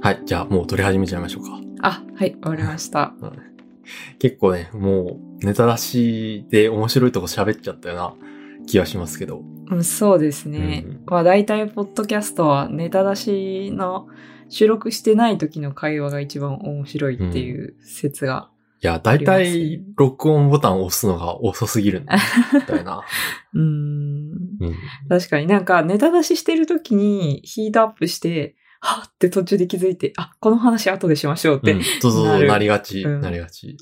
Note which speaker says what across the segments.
Speaker 1: はい、じゃあもう撮り始めちゃいましょうか。
Speaker 2: あ、はい、わかりました。
Speaker 1: 結構ね、もうネタ出しで面白いとこ喋っちゃったような気がしますけど。
Speaker 2: うん、そうですね。
Speaker 1: うんうん
Speaker 2: まあ、大体、ポッドキャストはネタ出しの収録してない時の会話が一番面白いっていう説が。
Speaker 1: いや、だいた
Speaker 2: あり
Speaker 1: い録音ボタンを押すのが遅すぎるんだ、みたい な。
Speaker 2: うー
Speaker 1: う
Speaker 2: ん。
Speaker 1: ん。
Speaker 2: 確かになんか、ネタ出ししてる時にヒートアップして、はっって途中で気づいて、あ、この話後でしましょうって。
Speaker 1: うん、そうそう
Speaker 2: な
Speaker 1: そう、
Speaker 2: る
Speaker 1: なりがち、
Speaker 2: うん
Speaker 1: なりがち。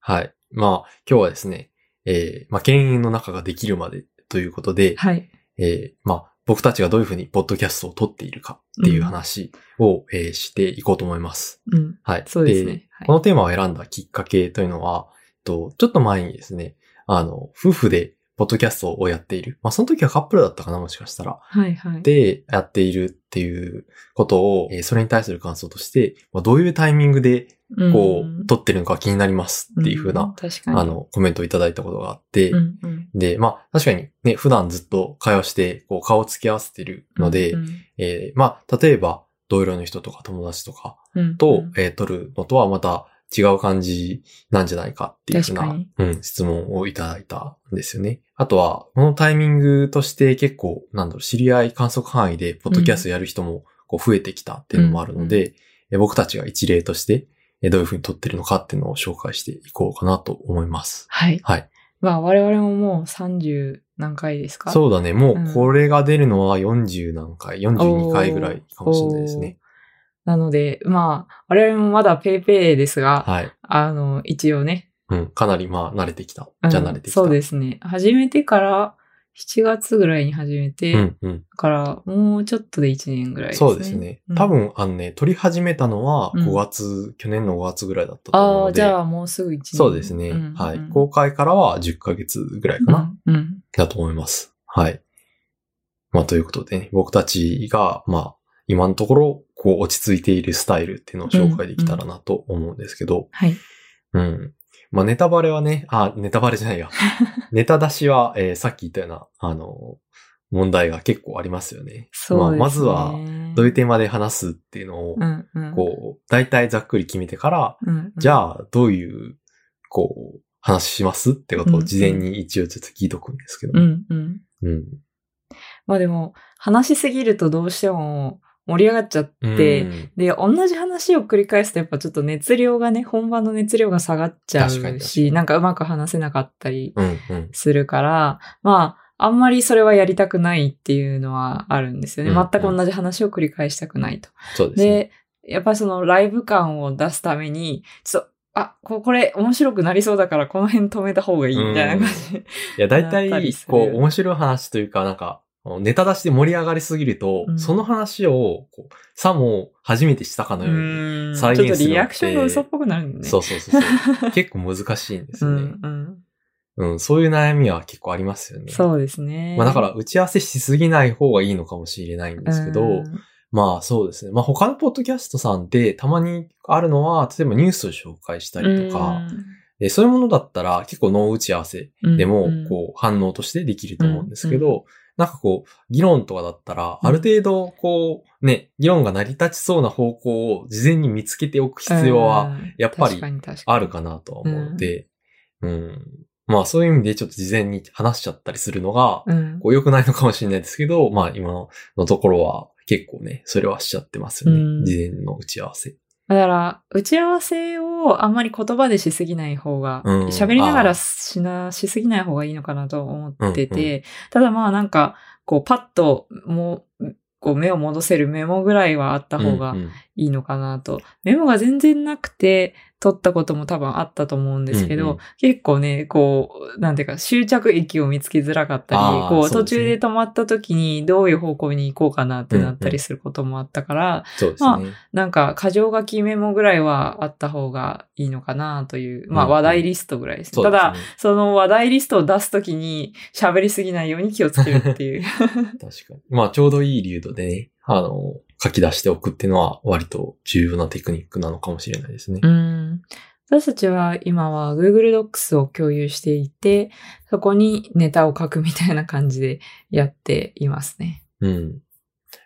Speaker 1: はい。まあ、今日はですね、えー、まあ、犬猿の中ができるまでということで、
Speaker 2: はい。
Speaker 1: えー、まあ、僕たちがどういうふうにポッドキャストを撮っているかっていう話を、えーしていこうと思います。
Speaker 2: うん。
Speaker 1: はい。
Speaker 2: そうですね。はい
Speaker 1: このテーマを選んだきっかけというのは、えっとちょっと前にですね、あの、夫婦でポッドキャストをやっている。まあ、その時はカップルだったかな、もしかしたら。
Speaker 2: はいはい。
Speaker 1: で、やっているっていうことを、えーそれに対する感想として、まあ、どういうタイミングで、
Speaker 2: うん、
Speaker 1: こう、撮ってるのか気になりますっていうふう
Speaker 2: うん
Speaker 1: な、
Speaker 2: 確かに。
Speaker 1: あの、コメントをいただいたことがあって
Speaker 2: う、ん、うん、
Speaker 1: で、まあ、確かにね、普段ずっと会話して、こう、顔を付き合わせてるので、
Speaker 2: うん
Speaker 1: えーまあ、例えば、同僚の人とか友達とか、
Speaker 2: うん、
Speaker 1: と、
Speaker 2: うん
Speaker 1: えー撮るのとはまた違う感じなんじゃないかっていうふう
Speaker 2: 確
Speaker 1: な
Speaker 2: かに、
Speaker 1: うん、質問をいただいたんですよね。あとは、このタイミングとして結構、なんだろう、知り合い観測範囲で、ポッドキャストやる人もこう増えてきたっていうのもあるので、えー僕たちが一例として、えーどういうふうに撮ってるのかっていうのを紹介していこうかなと思います。
Speaker 2: はい。
Speaker 1: はい。
Speaker 2: まあ、我々ももう30何回ですか
Speaker 1: そうだね。も
Speaker 2: うん
Speaker 1: う、これが出るのは40何回、42回ぐらいかもしれないですね。
Speaker 2: なので、まあ、我々もまだペイペイですが、
Speaker 1: はい。
Speaker 2: あの、一応ね。
Speaker 1: うん。かなり、まあ、慣れてきた
Speaker 2: う。ん
Speaker 1: じゃあ慣れてきた。
Speaker 2: そうですね。始めてから、7月ぐらいに始めて、
Speaker 1: うん、うん。
Speaker 2: から、もうちょっとで1年ぐらいですね。
Speaker 1: そうですね。
Speaker 2: うん
Speaker 1: 多分、あのね、撮り始めたのは
Speaker 2: うん
Speaker 1: 5月、去年の5月ぐらいだったと思う
Speaker 2: あ
Speaker 1: の
Speaker 2: あ、
Speaker 1: で。
Speaker 2: じゃあもうすぐ1年。
Speaker 1: そうですね、
Speaker 2: ん
Speaker 1: はい。
Speaker 2: うん
Speaker 1: 公開からは10ヶ月ぐらいかな、
Speaker 2: うんうん。
Speaker 1: だと思います。はい。まあ、ということで、ね、僕たちが、まあ、今のところ、こう、落ち着いているスタイルっていうのを紹介できたらなと思うんですけど、
Speaker 2: はい。
Speaker 1: うん。まあ、ネタバレはね、あ、ネタバレじゃ ないや。ネタ出しは、えーさっき言ったような、あの、問題が結構ありますよね。
Speaker 2: そうですね。
Speaker 1: まあ、まずは、、どういうテーマで話すっていうのを、
Speaker 2: うんうん、
Speaker 1: こう、大体ざっくり決めてから、
Speaker 2: うんうん
Speaker 1: じゃあ、どういう、こう、話しますってことを事前に一応ちょっと聞いとくんですけど。
Speaker 2: うんうん。
Speaker 1: うん。
Speaker 2: まあでも、話しすぎるとどうしても盛り上がっちゃって、
Speaker 1: うん
Speaker 2: で、同じ話を繰り返すとやっぱちょっと熱量がね、本番の熱量が下がっちゃ
Speaker 1: 確かに確
Speaker 2: う
Speaker 1: かに
Speaker 2: し、なんかうまく話せなかったり
Speaker 1: うん、うん。
Speaker 2: するから、まあ、あんまりそれはやりたくないっていうのはあるんですよね。
Speaker 1: うんうん
Speaker 2: 全く同じ話を繰り返したくないと。
Speaker 1: そうですね。
Speaker 2: で、やっぱりそのライブ感を出すために、ちょっと、あ、ここれ面白くなりそうだからこの辺止めた方がいいみたいな感じ。
Speaker 1: いや、大体
Speaker 2: やったりす、る
Speaker 1: こう、面白い話というか、なんか、ネタ出しで盛り上がりすぎると、
Speaker 2: うん
Speaker 1: その話を、こう、さも初めてしたか
Speaker 2: う
Speaker 1: のように。
Speaker 2: ーん。ちょ
Speaker 1: 再
Speaker 2: っ
Speaker 1: 現するの
Speaker 2: と
Speaker 1: って
Speaker 2: リアクションが嘘っぽくなるんだね。
Speaker 1: そうそうそう そう。結構難しいんです
Speaker 2: う
Speaker 1: よね
Speaker 2: ん、、うん。
Speaker 1: うん。そういう悩みは結構ありますよね。
Speaker 2: そうですね。
Speaker 1: まあだから、打ち合わせしすぎない方がいいのかもしれないんですけど、
Speaker 2: うん
Speaker 1: まあそうですね。まあ他のポッドキャストさんでたまにあるのは、例えばニュースを紹介したりとか、でそういうものだったら結構脳打ち合わせ
Speaker 2: うん、
Speaker 1: でも
Speaker 2: うん
Speaker 1: こう反応としてできると思うんですけど、
Speaker 2: うん
Speaker 1: なんかこう議論とかだったら、
Speaker 2: うん
Speaker 1: ある程度こうね、議論が成り立ちそうな方向を事前に見つけておく必要は
Speaker 2: うん
Speaker 1: やっぱり
Speaker 2: 確かに確かに
Speaker 1: あるかなとは思うので、うん。まあそういう意味でちょっと事前に話しちゃったりするのが、
Speaker 2: うん
Speaker 1: こう良くないのかもしれないですけど、まあ今のところは結構ね、それはしちゃってますよね。
Speaker 2: うん
Speaker 1: 事前の打ち合わせ。
Speaker 2: だから、打ち合わせをあんまり言葉でしすぎない方が、
Speaker 1: うん
Speaker 2: 喋、りなが
Speaker 1: あー
Speaker 2: らしな、しすぎない方がいいのかなと思ってて、
Speaker 1: う
Speaker 2: ただまあなんか、こうパッと、もう、こう目を戻せるメモぐらいはあった方が
Speaker 1: うんうん
Speaker 2: いいのかなと。メモが全然なくて、取ったことも多分あったと思うんですけど、
Speaker 1: うんうん
Speaker 2: 結構ね、こう、なんていうか、執着駅を見つけづらかったり
Speaker 1: あー、
Speaker 2: こう、
Speaker 1: そう
Speaker 2: 途
Speaker 1: ですね
Speaker 2: 中で止まった時にどういう方向に行こうかなってなったりすることもあったから、
Speaker 1: そうですね。
Speaker 2: まなんか、過剰書きメモぐらいはあった方がいいのかなという、
Speaker 1: う
Speaker 2: まあ
Speaker 1: んうん
Speaker 2: 話題リストぐらいですね。
Speaker 1: そうで
Speaker 2: ただ、その話題リストを出すときに喋りすぎないように気をつけるっていう。
Speaker 1: すね。確かに。まあちょうどいい流度でね、あの、書き出しておくっていうのは割と重要なテクニックなのかもしれないですね。
Speaker 2: うん。私たちは今は Google Docs を共有していて、そこにネタを書くみたいな感じでやっていますね。
Speaker 1: うん。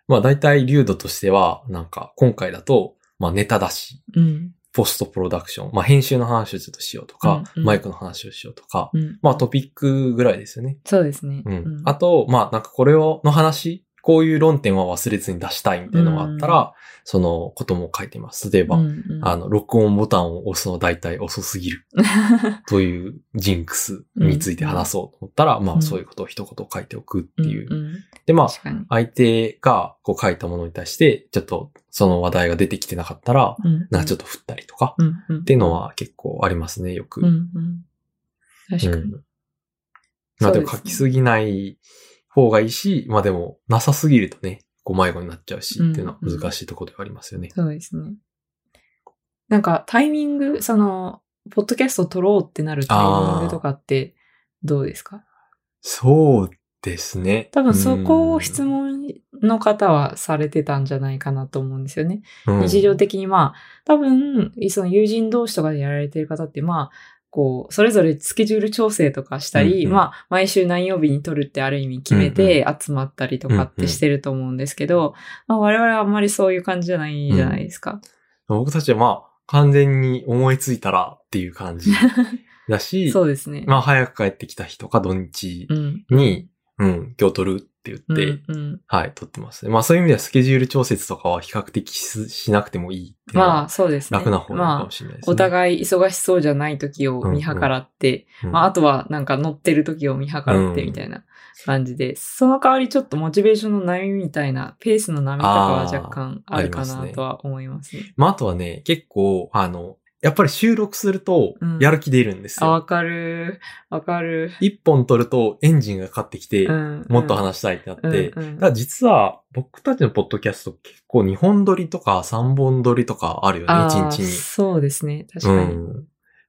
Speaker 1: まあ大体流度としては、なんか今回だと、まあネタ出し、
Speaker 2: うん。
Speaker 1: ポストプロダクション、まあ編集の話をちょっとしようとか、
Speaker 2: うんうん
Speaker 1: マイクの話をしようとか、
Speaker 2: うん。
Speaker 1: まあトピックぐらいですよね。
Speaker 2: そうですね。
Speaker 1: うん。あと、まあなんかこれを、の話、こういう論点は忘れずに出したいみたいなのがあったら、
Speaker 2: う
Speaker 1: そのことも書いてます。例えば、
Speaker 2: うんうん
Speaker 1: あの、録音ボタンを押すのは大体遅すぎるというジンクスについて話そうと思ったら、ま
Speaker 2: う
Speaker 1: あ
Speaker 2: ん
Speaker 1: そういうことを一言書いておくっていう。
Speaker 2: んん
Speaker 1: で、まあ、
Speaker 2: 確かに。
Speaker 1: 相手がこう書いたものに対して、ちょっとその話題が出てきてなかったら、
Speaker 2: うん。
Speaker 1: なんかちょ
Speaker 2: っ
Speaker 1: っと振ったりとか、
Speaker 2: と、うんうん。
Speaker 1: っていうのは結構ありますね、よく。
Speaker 2: うんうん。確か
Speaker 1: う
Speaker 2: に。
Speaker 1: んまあでも
Speaker 2: そうですね
Speaker 1: 書きすぎない方がいいし、まあでもなさすぎるとね、こう迷子になっちゃうし、って
Speaker 2: うん
Speaker 1: いうのは難しいところではありますよね。
Speaker 2: そうですね。なんかタイミング、その、ポッドキャスト撮ろうってなるタイミングとかってどうですか
Speaker 1: そうですね。
Speaker 2: 多分そこを質
Speaker 1: 問、
Speaker 2: 問の方はされてたんじゃないかなと思うんですよね。
Speaker 1: うん
Speaker 2: 日常的にまあ、多分、その友人同士とかでやられてる方ってまあ、こう、それぞれスケジュール調整とかしたり、
Speaker 1: うんうん
Speaker 2: まあ、毎週何曜日に撮るってある意味決めて集まったりとかっ
Speaker 1: うんう
Speaker 2: て
Speaker 1: ん
Speaker 2: してると思うんですけど、まあ、我々はあんまりそういう感じじゃないじゃないですか。
Speaker 1: 僕たちはまあ、完全に思いついたらっていう感 じだし、
Speaker 2: そうですね。
Speaker 1: まあ早く帰ってきた日とか土日
Speaker 2: うん。
Speaker 1: に、うん、今日撮るって言
Speaker 2: う
Speaker 1: っ
Speaker 2: ん
Speaker 1: て、
Speaker 2: うん、
Speaker 1: はい、撮ってますね。まあそういう意味ではスケジュール調節とかは比較的ししなくてもいいっていうの
Speaker 2: まあ、
Speaker 1: は
Speaker 2: そうですね。
Speaker 1: 楽な方なのか
Speaker 2: まあ
Speaker 1: も、しれないですね。
Speaker 2: お互い忙しそうじゃない時を見計らって、
Speaker 1: うん
Speaker 2: まあ、あとはなんか乗ってる時を見計らってみたいな感じで、その代わりちょっとモチベーションの波みたいな、ペースの波とかは若干あるか
Speaker 1: あーあります
Speaker 2: な
Speaker 1: ね
Speaker 2: とは思いますね。
Speaker 1: まああとはね、結構、あの、やっぱり収録すると
Speaker 2: うん、
Speaker 1: やる気出るんです
Speaker 2: あ、
Speaker 1: よ。
Speaker 2: わかる。わかる。
Speaker 1: 一、本撮るとエンジンがかかってきて、
Speaker 2: うん。
Speaker 1: もっと話したいってなって、
Speaker 2: うんうん
Speaker 1: ただ実は僕たちのポッドキャスト結構2本撮りとか3本撮りとかあるよね、
Speaker 2: あ
Speaker 1: 1
Speaker 2: ー
Speaker 1: 日に。
Speaker 2: そうですね。確
Speaker 1: う
Speaker 2: かに。
Speaker 1: ん。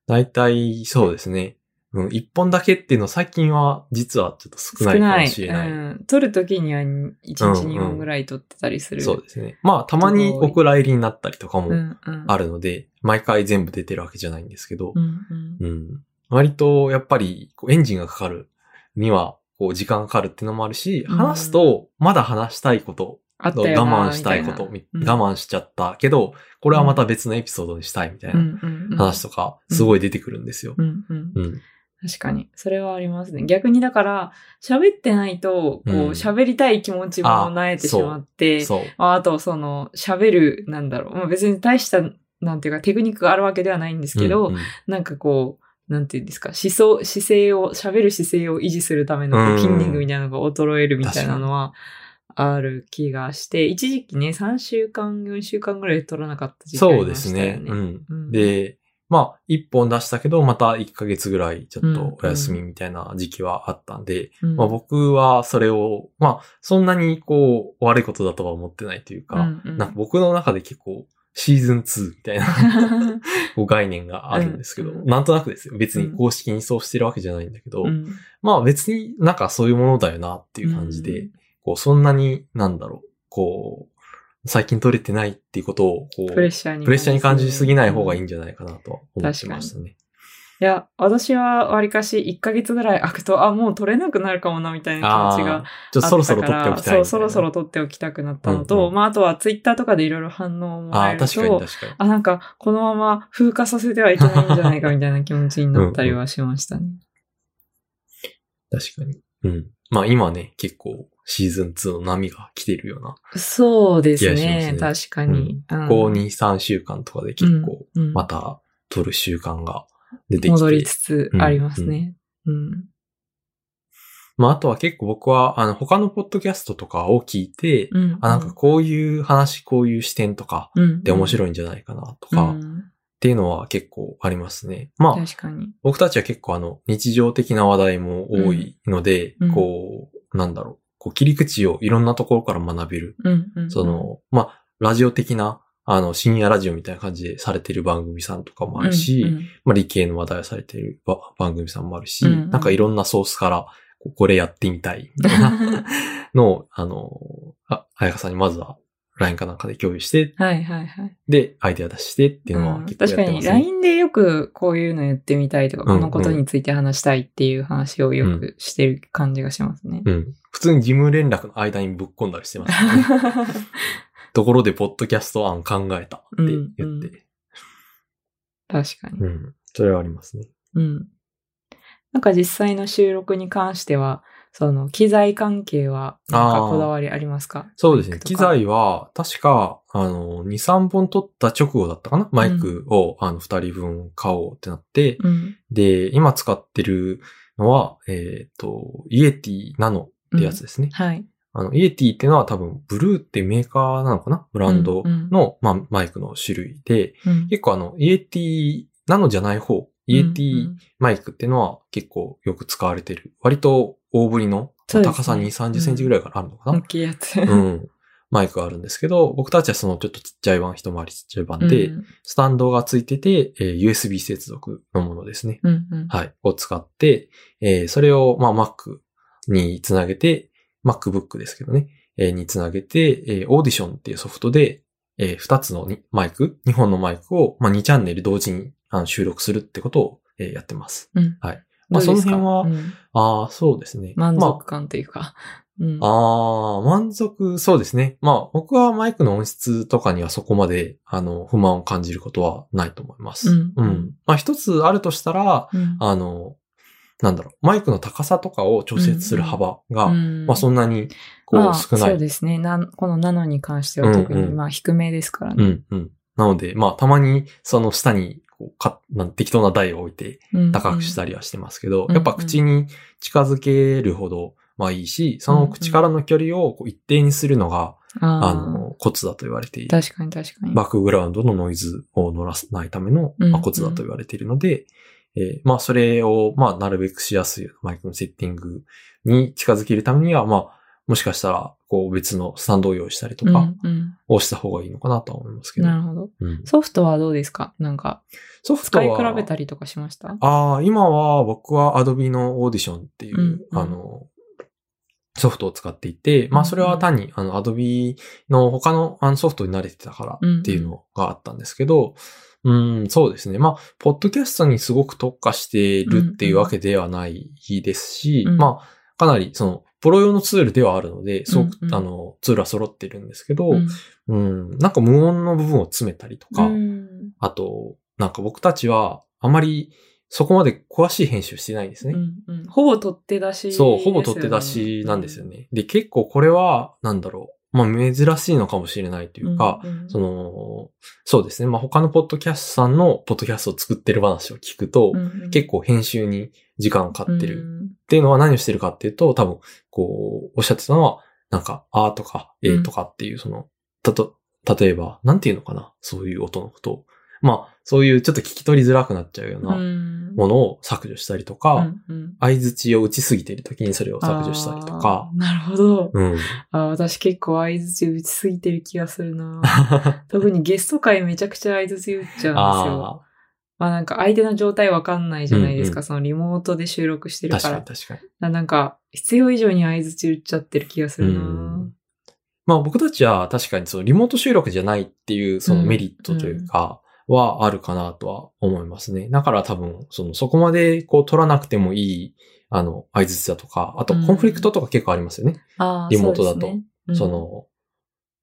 Speaker 1: 大体そうですね。うん、1本だけっていうのは最近は実はちょっと少
Speaker 2: 少
Speaker 1: ないか
Speaker 2: な
Speaker 1: も
Speaker 2: い。
Speaker 1: しれない。
Speaker 2: うん。撮る時には1日
Speaker 1: うんうん
Speaker 2: 2本ぐらい撮ってたりする。
Speaker 1: そうですね。まあたまにお蔵入りになったりとか
Speaker 2: う
Speaker 1: も
Speaker 2: んうん。
Speaker 1: あ
Speaker 2: る。
Speaker 1: るので、毎回全部出てるわけじゃないんですけど
Speaker 2: う、んうん。
Speaker 1: うん。割とやっぱりこうエンジンがかかるにはこう時間かかるっていうのもあるし、
Speaker 2: うん
Speaker 1: 話すとまだ話したいこと
Speaker 2: あったよな
Speaker 1: 我慢したいこと、
Speaker 2: み
Speaker 1: み
Speaker 2: たいな
Speaker 1: 我慢しちゃったけど、これはまた別のエピソードにしたいみたいな
Speaker 2: 慢
Speaker 1: 話
Speaker 2: と。
Speaker 1: とか、すごい出てくるんですよ。
Speaker 2: うんうん。
Speaker 1: うん。
Speaker 2: 確かに。それはありますね。逆にだから、喋ってないと、こう
Speaker 1: うん、
Speaker 2: 喋りたい気持ちも
Speaker 1: あ
Speaker 2: なえてしまって、
Speaker 1: そう。
Speaker 2: ああと、その、喋る、なんだろう。まあ、別に大した、なんていうか、テクニックがあるわけではないんですけど、
Speaker 1: うんうん
Speaker 2: なんかこう、なんていうんですか、思想、姿勢を、喋る姿勢を維持するためのこ
Speaker 1: うん
Speaker 2: う筋肉みたいなのが衰えるみたいなのは、ある気がして、一時期ね、3週間、4週間ぐらい取らなかった時期あ
Speaker 1: そう
Speaker 2: り
Speaker 1: で
Speaker 2: まし
Speaker 1: す
Speaker 2: たよ
Speaker 1: ね
Speaker 2: ね。。
Speaker 1: うん。
Speaker 2: うん
Speaker 1: で、まあ、一本出したけど、また一ヶ月ぐらいちょっとお休み
Speaker 2: う
Speaker 1: みたいな時期はあったんで、
Speaker 2: うん
Speaker 1: まあ僕はそれを、まあ、そんなにこう、悪いことだとは思ってないというか、
Speaker 2: うんうん
Speaker 1: なんか僕の中で結構、シーズン2みたいな こう概念があるんですけど、
Speaker 2: うん
Speaker 1: なんとなくですよ。別に公式にそうしてるわけじゃないんだけど、
Speaker 2: うん
Speaker 1: まあ別になんかそういうものだよなっていう感じで、
Speaker 2: うん
Speaker 1: こうそんなになんだろう、こう、最近取れてないっていうことをこう、
Speaker 2: プレッシャーに。
Speaker 1: プレッシャーに感じすぎない方がいい
Speaker 2: うん
Speaker 1: んじゃないかなとは思ってましたね。
Speaker 2: いや、私はわりかし1ヶ月ぐらい空くと、あ、もう取れなくなるかもな、みたい
Speaker 1: あ
Speaker 2: な気持ち
Speaker 1: あ
Speaker 2: が。
Speaker 1: ちょっと
Speaker 2: あ
Speaker 1: そろ
Speaker 2: っ
Speaker 1: そろ
Speaker 2: たか
Speaker 1: 取っておき
Speaker 2: ら、
Speaker 1: たいみたいな。
Speaker 2: そう、そろそろ取っておきたくなったのと、
Speaker 1: うんうん
Speaker 2: まあ、あとはツイッターとかでいろいろ反応をも
Speaker 1: あ
Speaker 2: らえ
Speaker 1: あ、
Speaker 2: ると、
Speaker 1: 確かに確かに。
Speaker 2: あ、なんか、このまま風化させてはいけないんじゃないか、みたいな気持ちになったりはしました ね。
Speaker 1: 確かに。うん。まあ今ね、結構シーズン2の波が来てるような。
Speaker 2: そうです
Speaker 1: いや
Speaker 2: ね
Speaker 1: し、ま
Speaker 2: 確かに。うん
Speaker 1: ここ2、3週間とかで結構、
Speaker 2: うん
Speaker 1: また取る習慣が出てきて。
Speaker 2: 戻りつつありますね。うん。
Speaker 1: まあ、あとは結構僕は、あの、他のポッドキャストとかを聞いて、
Speaker 2: うん。
Speaker 1: あ、なんかこういう話、こういう視点とか
Speaker 2: うん、うん。
Speaker 1: で面
Speaker 2: い
Speaker 1: 白いんじゃないかなとか、っ
Speaker 2: うん、
Speaker 1: ていうのは結構ありますね。まあ、
Speaker 2: 確かに。
Speaker 1: 僕たちは結構あの、日常的な話題も多いので、
Speaker 2: うん
Speaker 1: こう、なんだろう、こう切り口をいろんなところから学べる、
Speaker 2: うん、うん。
Speaker 1: そ、の、まあ、ラジオ的な、あの、深夜ラジオみたいな感じでされてる番組さんとかもあるし、
Speaker 2: うんうん
Speaker 1: まあ、理系の話題をされているば番組さんもあるし、
Speaker 2: うんうん
Speaker 1: なんかいろんなソースから、こ うこれやってみたい、みたいなのを、あの、あ、あやかさんにまずは、 LINE かなんかで共有して、
Speaker 2: はいはいはい。
Speaker 1: で、アイデア出してっていうのは
Speaker 2: うん
Speaker 1: 結構や
Speaker 2: 確か
Speaker 1: ってま
Speaker 2: に
Speaker 1: すね。
Speaker 2: LINE でよくこういうのやってみたいとか、
Speaker 1: うんうん
Speaker 2: このことについて話したいっていう話をよくしてる感じがします ね。
Speaker 1: うん。普通に義務連絡の間にぶっ込んだりして ましたね。ところで、ポッドキャスト案考えたって言って。う
Speaker 2: う
Speaker 1: んん
Speaker 2: 確かに。
Speaker 1: それはありますね。
Speaker 2: うん。なんか実際の収録に関しては、その機材関係は、なん
Speaker 1: あ
Speaker 2: か
Speaker 1: ー
Speaker 2: こだわりありますか
Speaker 1: そうですね。
Speaker 2: マイクと
Speaker 1: 機
Speaker 2: か
Speaker 1: 材は、確か、あの、2、3本撮った直後だったかなマイクを、あの、2人分買おうってなって、
Speaker 2: うん。
Speaker 1: で、今使ってるのは、えっ、と、イエティナノってやつですね。
Speaker 2: はい。
Speaker 1: あの、イエティってのは多分、ブルーってメーカーなのかなブランド
Speaker 2: うんうん
Speaker 1: の、まあ、マイクの種類で、
Speaker 2: うん
Speaker 1: 結構あの、イエティナノじゃない方、イエティマイクってのは結構よく使われてる。割と大ぶりの、
Speaker 2: そうですね
Speaker 1: 高さ2、30センチぐらいからあるのか
Speaker 2: うん
Speaker 1: な、
Speaker 2: 大きいやつ。
Speaker 1: うん。マイクがあるんですけど、僕たちはそのちょっとちっちゃい版、一回りちっちゃい版で、
Speaker 2: うん
Speaker 1: スタンドがついてて、えー USB 接続のものですね。
Speaker 2: うんうん
Speaker 1: はい。を使って、えーそれを、まあ、Mac につなげて、MacBook ですけどね、えーにつなげて、えー、Audition っていうソフトで、え2つのにマイク、2本のマイクを、まあ、2チャンネル同時にあの収録するってことを、えーやってます。
Speaker 2: うん
Speaker 1: はい。
Speaker 2: ど
Speaker 1: ま
Speaker 2: う
Speaker 1: あ、
Speaker 2: です
Speaker 1: そ
Speaker 2: か
Speaker 1: の辺は、
Speaker 2: うん
Speaker 1: ああ、そうですね。
Speaker 2: 満
Speaker 1: まあ
Speaker 2: 足感というか。うん
Speaker 1: ああ、満足、そうですね。まあ、僕はマイクの音質とかにはそこまで、あの、不満を感じることはないと思います。
Speaker 2: うん
Speaker 1: まあ、一つあるとしたら、
Speaker 2: うん
Speaker 1: あの、なんだろう、マイクの高さとかを調節する幅が、
Speaker 2: うん
Speaker 1: まあ、そんなに、こ
Speaker 2: まあ
Speaker 1: う、少ない。
Speaker 2: そうですね。なんこのナノに関しては特
Speaker 1: うん
Speaker 2: に、
Speaker 1: うん
Speaker 2: まあ低めですから
Speaker 1: う
Speaker 2: ね。
Speaker 1: ん、うん。なので、まあ、たまに、その下に、こう、か、なん適当な台を置いて、
Speaker 2: うん
Speaker 1: 高くしたりはしてますけど、
Speaker 2: うん
Speaker 1: やっぱ口に近づけるほど、まあいいし、その口からの距離をこう一定にするのが、
Speaker 2: あ
Speaker 1: あ
Speaker 2: の、
Speaker 1: の、コツだと言われている。
Speaker 2: 確かに確かに。
Speaker 1: バックグラウンドのノイズを乗らせないための、
Speaker 2: うん
Speaker 1: まあコツだと言われているので、えーまあ、それを、まあ、なるべくしやすいマイクのセッティングに近づけるためには、まあ、もしかしたら、こう、別のスタンドを用意したりと
Speaker 2: う
Speaker 1: か
Speaker 2: んうん
Speaker 1: をした方がいいのかなとは思いますけど。
Speaker 2: なるほど。
Speaker 1: うん
Speaker 2: ソフトはどうですかなんか、
Speaker 1: ソフト
Speaker 2: 使い
Speaker 1: は、
Speaker 2: 比べたりとかしました
Speaker 1: ああ、今は僕は Adobe のオーディションっていう、
Speaker 2: うんうん
Speaker 1: あの、ソフトを使っていて、まあそれは単に、あの、Adobe の他のあのソフトに慣れてたからっていうのがあったんですけど、うん、そうですね。まあ、ポッドキャストにすごく特化してるっていうわけではないですし、
Speaker 2: うんうん
Speaker 1: まあ、かなり、その、プロ用のツールではあるので、すごく、
Speaker 2: うんうん
Speaker 1: あの、ツールは揃ってるんですけど、
Speaker 2: うん
Speaker 1: うん、なんか無音の部分を詰めたりとか、
Speaker 2: うん
Speaker 1: あと、なんか僕たちは、あまり、そこまで詳しい編集してないんですね。
Speaker 2: うんうんほぼ取って出しですよね、
Speaker 1: そう、ほぼ取って出しなんですよね。で、結構これは、なんだろう。まあ、珍しいのかもしれないと
Speaker 2: う
Speaker 1: い
Speaker 2: ん。
Speaker 1: うか、
Speaker 2: うんうん
Speaker 1: その、そうですね。まあ、他のポッドキャストさんのポッドキャストを作ってる話を聞くと、
Speaker 2: うんうん
Speaker 1: 結構編集に時間をかかってる。
Speaker 2: うん
Speaker 1: っていうのは何をしてるかっていうと、多分、こう、おっしゃってたのは、なんか、あーとか、えーとかっていう、その、たと、例えば、なんていうのかな、そういう音のことを。まあ、そういうちょっと聞き取りづらくなっちゃうよう
Speaker 2: う
Speaker 1: なんものを削除したりとか、
Speaker 2: うんうん
Speaker 1: 相槌を打ちすぎてる時にそれを削除したりとか
Speaker 2: あ、ーなるほど。
Speaker 1: うん。
Speaker 2: あー私結構相槌打ちすぎてる気がするな。特にゲスト会めちゃくちゃ相槌打っちゃうんですよ。
Speaker 1: あ
Speaker 2: まあなんか相手の状態わかんないじゃないです
Speaker 1: うん
Speaker 2: か。
Speaker 1: う
Speaker 2: そのリモートで収録して
Speaker 1: ー
Speaker 2: る
Speaker 1: 確
Speaker 2: か。
Speaker 1: からに確かに。
Speaker 2: ななんか必要以上に相槌打っちゃってる気がするな。
Speaker 1: うんまあ僕たちは確かにそのリモート収録じゃないっていうそのメリットというかはあるかなとは思いますね。だから多分そのそこまでこう取らなくてもいいあの相槌だとか、あとコンフリクトとか結構ありますよね。
Speaker 2: あー
Speaker 1: リモートだと
Speaker 2: そうですねうん
Speaker 1: その、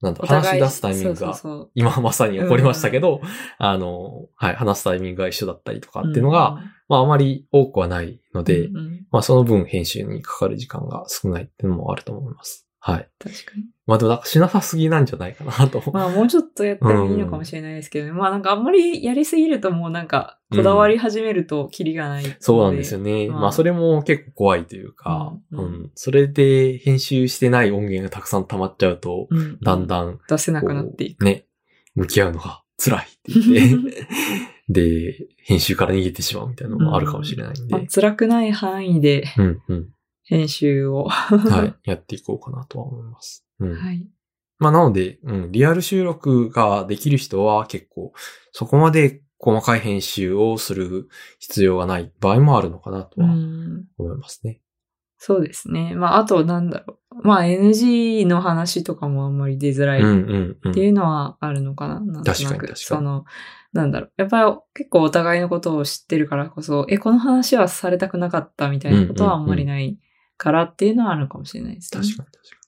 Speaker 1: なんだろう、
Speaker 2: お
Speaker 1: 話し
Speaker 2: 互い
Speaker 1: 出すタイミングが
Speaker 2: そうそうそう
Speaker 1: 今まさに起こりましたけど、あの、はい、話すタイミングが一緒だったりとかっていうのが、、まああまり多くはないの
Speaker 2: うんうん
Speaker 1: で、
Speaker 2: うんうん
Speaker 1: まあその分編集にかかる時間が少ないっていうのもあると思います。はい。
Speaker 2: 確かに。
Speaker 1: まあでもなんかしなさすぎなんじゃないかなと思う。
Speaker 2: まあもうちょっとやったらいいのかもしれないですけどね。まあなんかあんまりやりすぎるともうなんかこだわり始めるとキリがない、
Speaker 1: そうなんですよ
Speaker 2: ね。
Speaker 1: ね。
Speaker 2: まあ
Speaker 1: まあ、それも結構怖いというか、
Speaker 2: うん
Speaker 1: う、
Speaker 2: うんん
Speaker 1: それで編集してない音源がたくさん溜まっちゃうと、
Speaker 2: うん
Speaker 1: だんだん、
Speaker 2: 出せなくなってい
Speaker 1: こ
Speaker 2: く。
Speaker 1: うね、向き合うのが辛いって言 って、で、編集から逃げてしまうみたいなのもあるかもしれないん
Speaker 2: まあ
Speaker 1: で、
Speaker 2: 辛くない範囲で
Speaker 1: うん、うん、
Speaker 2: 編集を。は
Speaker 1: はい、やっていこうかなとは思います。うん。
Speaker 2: い。
Speaker 1: まあ、なので、うん、リアル収録ができる人は結構、そこまで細かい編集をする必要がない場合もあるのかなと
Speaker 2: う
Speaker 1: は
Speaker 2: ん。
Speaker 1: 思いますね。
Speaker 2: そうですね。まあ、あとなんだろう。まあ、NG の話とかもあんまり出づらい
Speaker 1: うん
Speaker 2: っ
Speaker 1: うんうん。
Speaker 2: ていうのはあるのかな。なんとなく
Speaker 1: 確かに確かに
Speaker 2: その、なんだろう。やっぱり結構お互いのことを知ってるからこそ、え、この話はされたくなかったみたいなことはあんまりないからっていうのはあるのかもしれないですね。
Speaker 1: 確かに確かに。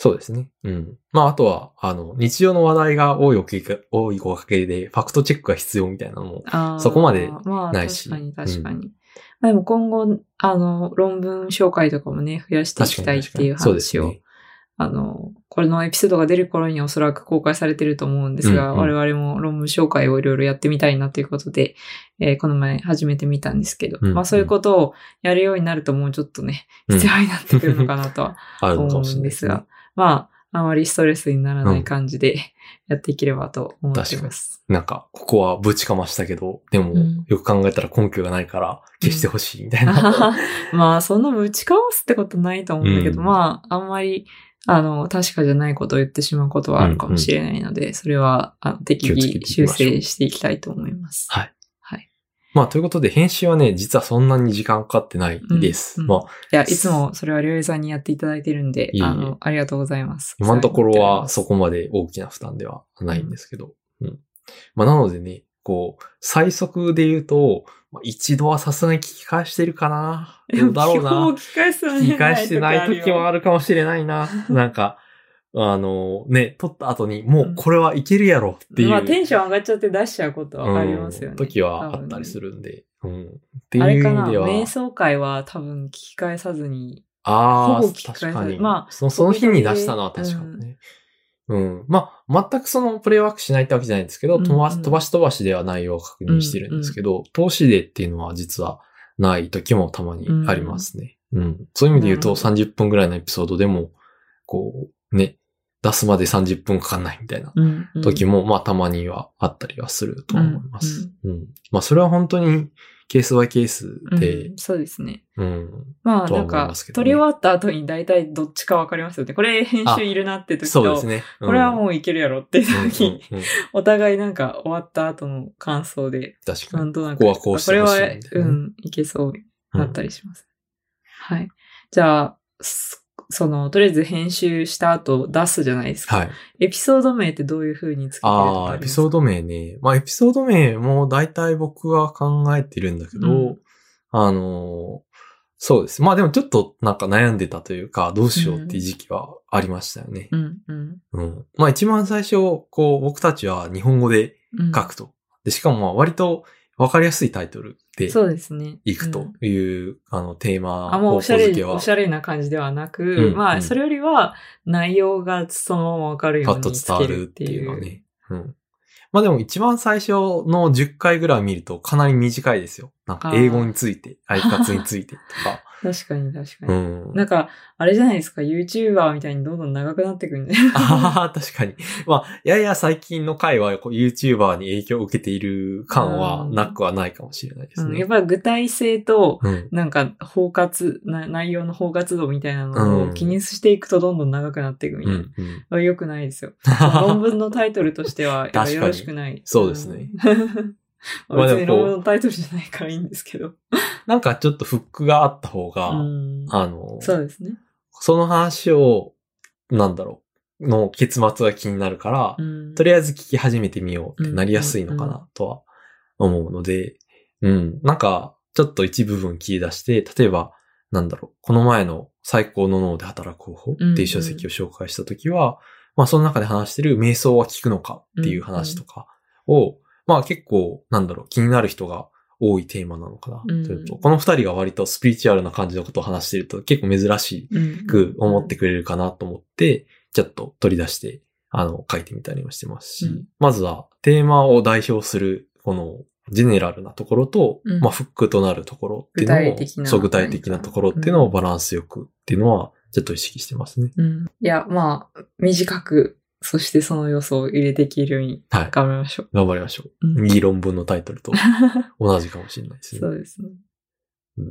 Speaker 1: そうですね。うん。まあ、あとは、あの、日常の話題が多いおかげか多いおかげで、ファクトチェックが必要みたいなのも、
Speaker 2: あー
Speaker 1: そこまで
Speaker 2: まあ
Speaker 1: ないし
Speaker 2: 確かに確かに。まあでも今後、あの、論文紹介とかもね、増やしていき
Speaker 1: 確か
Speaker 2: たい
Speaker 1: に
Speaker 2: っ
Speaker 1: 確か
Speaker 2: ていう
Speaker 1: に。そうです
Speaker 2: 話を、
Speaker 1: ね。
Speaker 2: あの、これのエピソードが出る頃におそらく公開されてると思うんですが、
Speaker 1: うんうん
Speaker 2: 我々も論文紹介をいろいろやってみたいなということで、えーこの前始めてみたんですけど、
Speaker 1: うんうん
Speaker 2: まあそういうことをやるようになるともうちょっとね、必要になってくるのかなとは
Speaker 1: あるのか
Speaker 2: 思う
Speaker 1: もしれない
Speaker 2: んで
Speaker 1: ですすね。
Speaker 2: が、まあ、あまりストレスにならな
Speaker 1: う
Speaker 2: い
Speaker 1: ん
Speaker 2: 感じでやっていければと思ってます。
Speaker 1: なんか、ここはぶちかましたけど、でも
Speaker 2: うん、
Speaker 1: よく考えたら根拠がないから、消してほしいみたい
Speaker 2: あは
Speaker 1: な。
Speaker 2: はまあ、そんなぶちかわすってことないと思うんだけど、
Speaker 1: うん
Speaker 2: まあ、あんまり、あの、確かじゃないことを言ってしまうことはあるかもしれないので、それは、あの適
Speaker 1: 気をつけ
Speaker 2: 宜
Speaker 1: ていきま
Speaker 2: 修
Speaker 1: しょう
Speaker 2: 正していきたいと思います。
Speaker 1: はい。
Speaker 2: はい。
Speaker 1: まあ、ということで、編集はね、実はそんなに時間かかってないです。
Speaker 2: うんうん
Speaker 1: まあ、
Speaker 2: いや、いつもそれはりょうえさんにやっていただいてるんで、
Speaker 1: いえいえ
Speaker 2: あの、ありがとうございます。
Speaker 1: 今のところはそ
Speaker 2: こ。
Speaker 1: こまで大きな負担ではないんですけど。うん。まあ、なのでね、こう、最速で言うと、まあ、一度はさすがに聞き返してるかな。どうだろうな。
Speaker 2: 聞き返すの
Speaker 1: 聞
Speaker 2: に
Speaker 1: き返してない時もあるかもしれないな。 なんか、あの、ね、撮った後に、もうこれはいけるやろっていう。
Speaker 2: まあ、テンション上がっちゃって出しちゃうことはありますよね。
Speaker 1: うん時はあったりす
Speaker 2: る。
Speaker 1: るんで。うん。っていう
Speaker 2: あ
Speaker 1: 意
Speaker 2: れかな
Speaker 1: 味では。
Speaker 2: 瞑想会は多分聞き返さずに
Speaker 1: あ
Speaker 2: ほぼ
Speaker 1: あ
Speaker 2: 聞、き返さ
Speaker 1: 確かに。
Speaker 2: ま
Speaker 1: その、その日に出したのは確かにね。うん。まあ、全くそのプレイワークしないってわけじゃないんですけど、
Speaker 2: うんうん
Speaker 1: 飛ばし飛ばし飛ばしでは内容を確認してるんですけど、投資でっていうのは実はない時もたまにありますね。うん。そういう意味で言うと
Speaker 2: な
Speaker 1: 30分ぐらいのエピソードでも、こう、ね、出すまで30分かかんないみたいな
Speaker 2: うんうん
Speaker 1: 時も、まあたまにはあったりはするとは思います。うん、まあそれは本当にケースバイケース
Speaker 2: う
Speaker 1: で
Speaker 2: ん、そうですね。
Speaker 1: うん、
Speaker 2: まあ
Speaker 1: とは
Speaker 2: なん
Speaker 1: 思い
Speaker 2: か
Speaker 1: ます、けど
Speaker 2: 撮
Speaker 1: ね
Speaker 2: り終わった後に大体どっちかわかりますよね。これ編集いるなって時
Speaker 1: そうで
Speaker 2: と、
Speaker 1: すね。うん
Speaker 2: これはもういけるやろっていう
Speaker 1: うんうん
Speaker 2: 時、
Speaker 1: うん
Speaker 2: お互いなんか終わった後の感想で、
Speaker 1: 確か
Speaker 2: な
Speaker 1: に。
Speaker 2: んとなく、
Speaker 1: ここはこうしてほしいみたいなね
Speaker 2: これは、うん、いけそうになったりします。はい。じゃあ、すその、とりあえず編集した後出すじゃないですか。
Speaker 1: はい。
Speaker 2: エピソード名ってどういう風につけてると
Speaker 1: あ
Speaker 2: か
Speaker 1: あ、
Speaker 2: あ
Speaker 1: エ
Speaker 2: り
Speaker 1: ピ
Speaker 2: ますか
Speaker 1: ソード名ね。まあ、エピソード名も大体僕は考えてるんだけど、
Speaker 2: うん
Speaker 1: あのーそうです。まあでもちょっとなんか悩んでたというか、どうしようっていう時期はありましたよね。
Speaker 2: うん、うん。
Speaker 1: うん。まあ一番最初、こう、僕たちは日本語で
Speaker 2: うん
Speaker 1: 書くと。で、しかもまあ割とわかりやすいタイトルで
Speaker 2: そうですね。
Speaker 1: いく
Speaker 2: う
Speaker 1: と
Speaker 2: ん
Speaker 1: いう、あの、テーマ
Speaker 2: あ、もうおしゃ
Speaker 1: 付け
Speaker 2: れ、
Speaker 1: は
Speaker 2: おしゃれな感じではなく、
Speaker 1: うん
Speaker 2: ま
Speaker 1: う
Speaker 2: あ、
Speaker 1: ん
Speaker 2: それよりは、内容がそのままわかるよ
Speaker 1: パ
Speaker 2: う
Speaker 1: ッ
Speaker 2: に
Speaker 1: と
Speaker 2: つ
Speaker 1: 伝わ
Speaker 2: け
Speaker 1: る
Speaker 2: るっ
Speaker 1: っててい
Speaker 2: いうう。
Speaker 1: のはね。うん。まあでも一番最初の10回ぐらい見るとかなり短いですよ。なんか英語について、
Speaker 2: ー
Speaker 1: アイカツについてと か。
Speaker 2: 確かに確か
Speaker 1: う
Speaker 2: に。
Speaker 1: ん。
Speaker 2: なんか、あれじゃないですか、YouTuber みたいにどんどん長くなってくるんで。
Speaker 1: ああ、確かに。まあ、やや最近の回はこう YouTuber に影響を受けている感はなくはないかもしれないです
Speaker 2: うんや
Speaker 1: ね
Speaker 2: っ。ぱり具体性と、
Speaker 1: うん。
Speaker 2: なんか、包括な、内容の包括度みたいなの
Speaker 1: う
Speaker 2: を
Speaker 1: ん
Speaker 2: 記入していくとどんどん長くなっていくみ
Speaker 1: う
Speaker 2: たいな。
Speaker 1: ん。うん。
Speaker 2: 良くないですよ。論文のタイトルとしては、やっぱよろしくない。
Speaker 1: そうですね
Speaker 2: うん。
Speaker 1: まあで
Speaker 2: 別
Speaker 1: も
Speaker 2: に論文のタイトルじゃないからいいんですけど。
Speaker 1: なんかちょっとフックがあった方が、
Speaker 2: うん
Speaker 1: あの、
Speaker 2: そうですね。
Speaker 1: その話を、なんだろう、の結末が気になるから、
Speaker 2: うん
Speaker 1: とりあえず聞き始めてみようってなりやすいのかなとは思うので、うん。なんか、ちょっと一部分切り出して、例えば、なんだろう、この前の最高の脳で働く方法っていう書籍を紹介したときは、まあその中で話してる瞑想は聞くのかっていう話とかを、まあ結構、なんだろう、気になる人が多いテーマなのかなというと、
Speaker 2: うん
Speaker 1: この二人が割とスピリチュアルな感じのことを話していると結構珍しいく思ってくれるかなと思って、ちょっと取り出して、あの、書いてみたりもしてますし、
Speaker 2: うん
Speaker 1: まずはテーマを代表する、この、ジェネラルなところと、
Speaker 2: うん
Speaker 1: まあ、フックとなるところっていうのを、
Speaker 2: 具体的な
Speaker 1: そう、具体的なところっていうのをバランスよくっていうのは、ちょっと意識してますね。
Speaker 2: うんいや、まあ、短く、そしてその予想を入れていけるように
Speaker 1: はい。
Speaker 2: 頑張りましょう。
Speaker 1: 頑張りましょ
Speaker 2: う
Speaker 1: う。
Speaker 2: ん
Speaker 1: いい論文のタイトルと同じかもしれないですね。
Speaker 2: そうですね。
Speaker 1: うん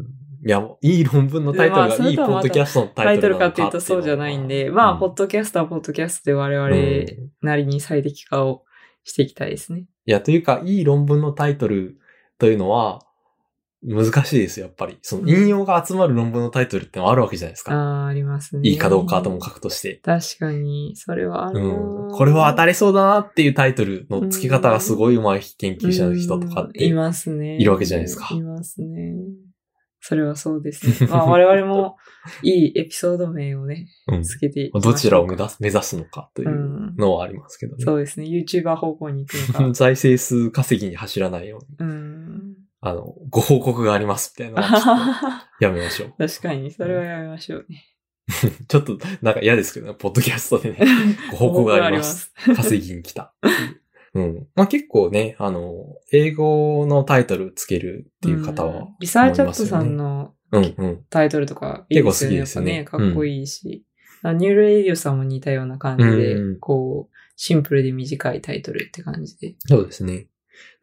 Speaker 1: いや、もういい論文のタイトル
Speaker 2: まあそ
Speaker 1: が、
Speaker 2: れ
Speaker 1: いい
Speaker 2: と
Speaker 1: ポ
Speaker 2: はまた
Speaker 1: ッドキャストのタ
Speaker 2: タ
Speaker 1: イ
Speaker 2: イ
Speaker 1: ト
Speaker 2: ト
Speaker 1: ルな
Speaker 2: ルか
Speaker 1: の
Speaker 2: っ
Speaker 1: か
Speaker 2: ていうとそうじゃないんで、
Speaker 1: うん
Speaker 2: まあ、ポッドキャストはポッドキャストで我
Speaker 1: う
Speaker 2: 々
Speaker 1: ん
Speaker 2: なりに最適化をしていきたいですね。
Speaker 1: いや、というか、いい論文のタイトルというのは、難しいですよ、やっぱり。その引用が集まる論文のタイトルってのはあるわけじゃないです
Speaker 2: あ
Speaker 1: か。
Speaker 2: あ、ありますね。
Speaker 1: いいかどうかとも書くとして。
Speaker 2: 確かに、それはあるな、
Speaker 1: うん、これは当たりそうだなっていうタイトルの付け方がすごい上手い研究者の人とかって。
Speaker 2: うんいますね。
Speaker 1: いるわけじゃないですか
Speaker 2: いますね。それはそうですね。まあ我々もいいエピソード名をね、
Speaker 1: うん
Speaker 2: つけていきましょう
Speaker 1: どちらを目指す目指すのかという
Speaker 2: うん
Speaker 1: のはありますけどね。
Speaker 2: そうですね。YouTuber 方向に行くのか。
Speaker 1: 財政数稼ぎに走らないように、
Speaker 2: うん。
Speaker 1: あの、ご報告がありますみたいなのはちょっ
Speaker 2: 確
Speaker 1: とやめましょう。
Speaker 2: かに、それはやめましょうね。
Speaker 1: ちょっとなんか嫌ですけどね、ポッドキャストで ね、ご報告があります。 稼ぎに来た。うん。まあ結構ね、あの、英語のタイトルつけるっていう方は、
Speaker 2: んリサーチャットさんの
Speaker 1: うんうん。
Speaker 2: タイトルとかいいですよね。や
Speaker 1: 結構好きで
Speaker 2: っぱ
Speaker 1: すね
Speaker 2: ね、かっこいいし。あニューレイディオさんも似たような感じ
Speaker 1: う
Speaker 2: で
Speaker 1: ん、
Speaker 2: こう、シンプルで短いタイトルって感じで、
Speaker 1: そうですね。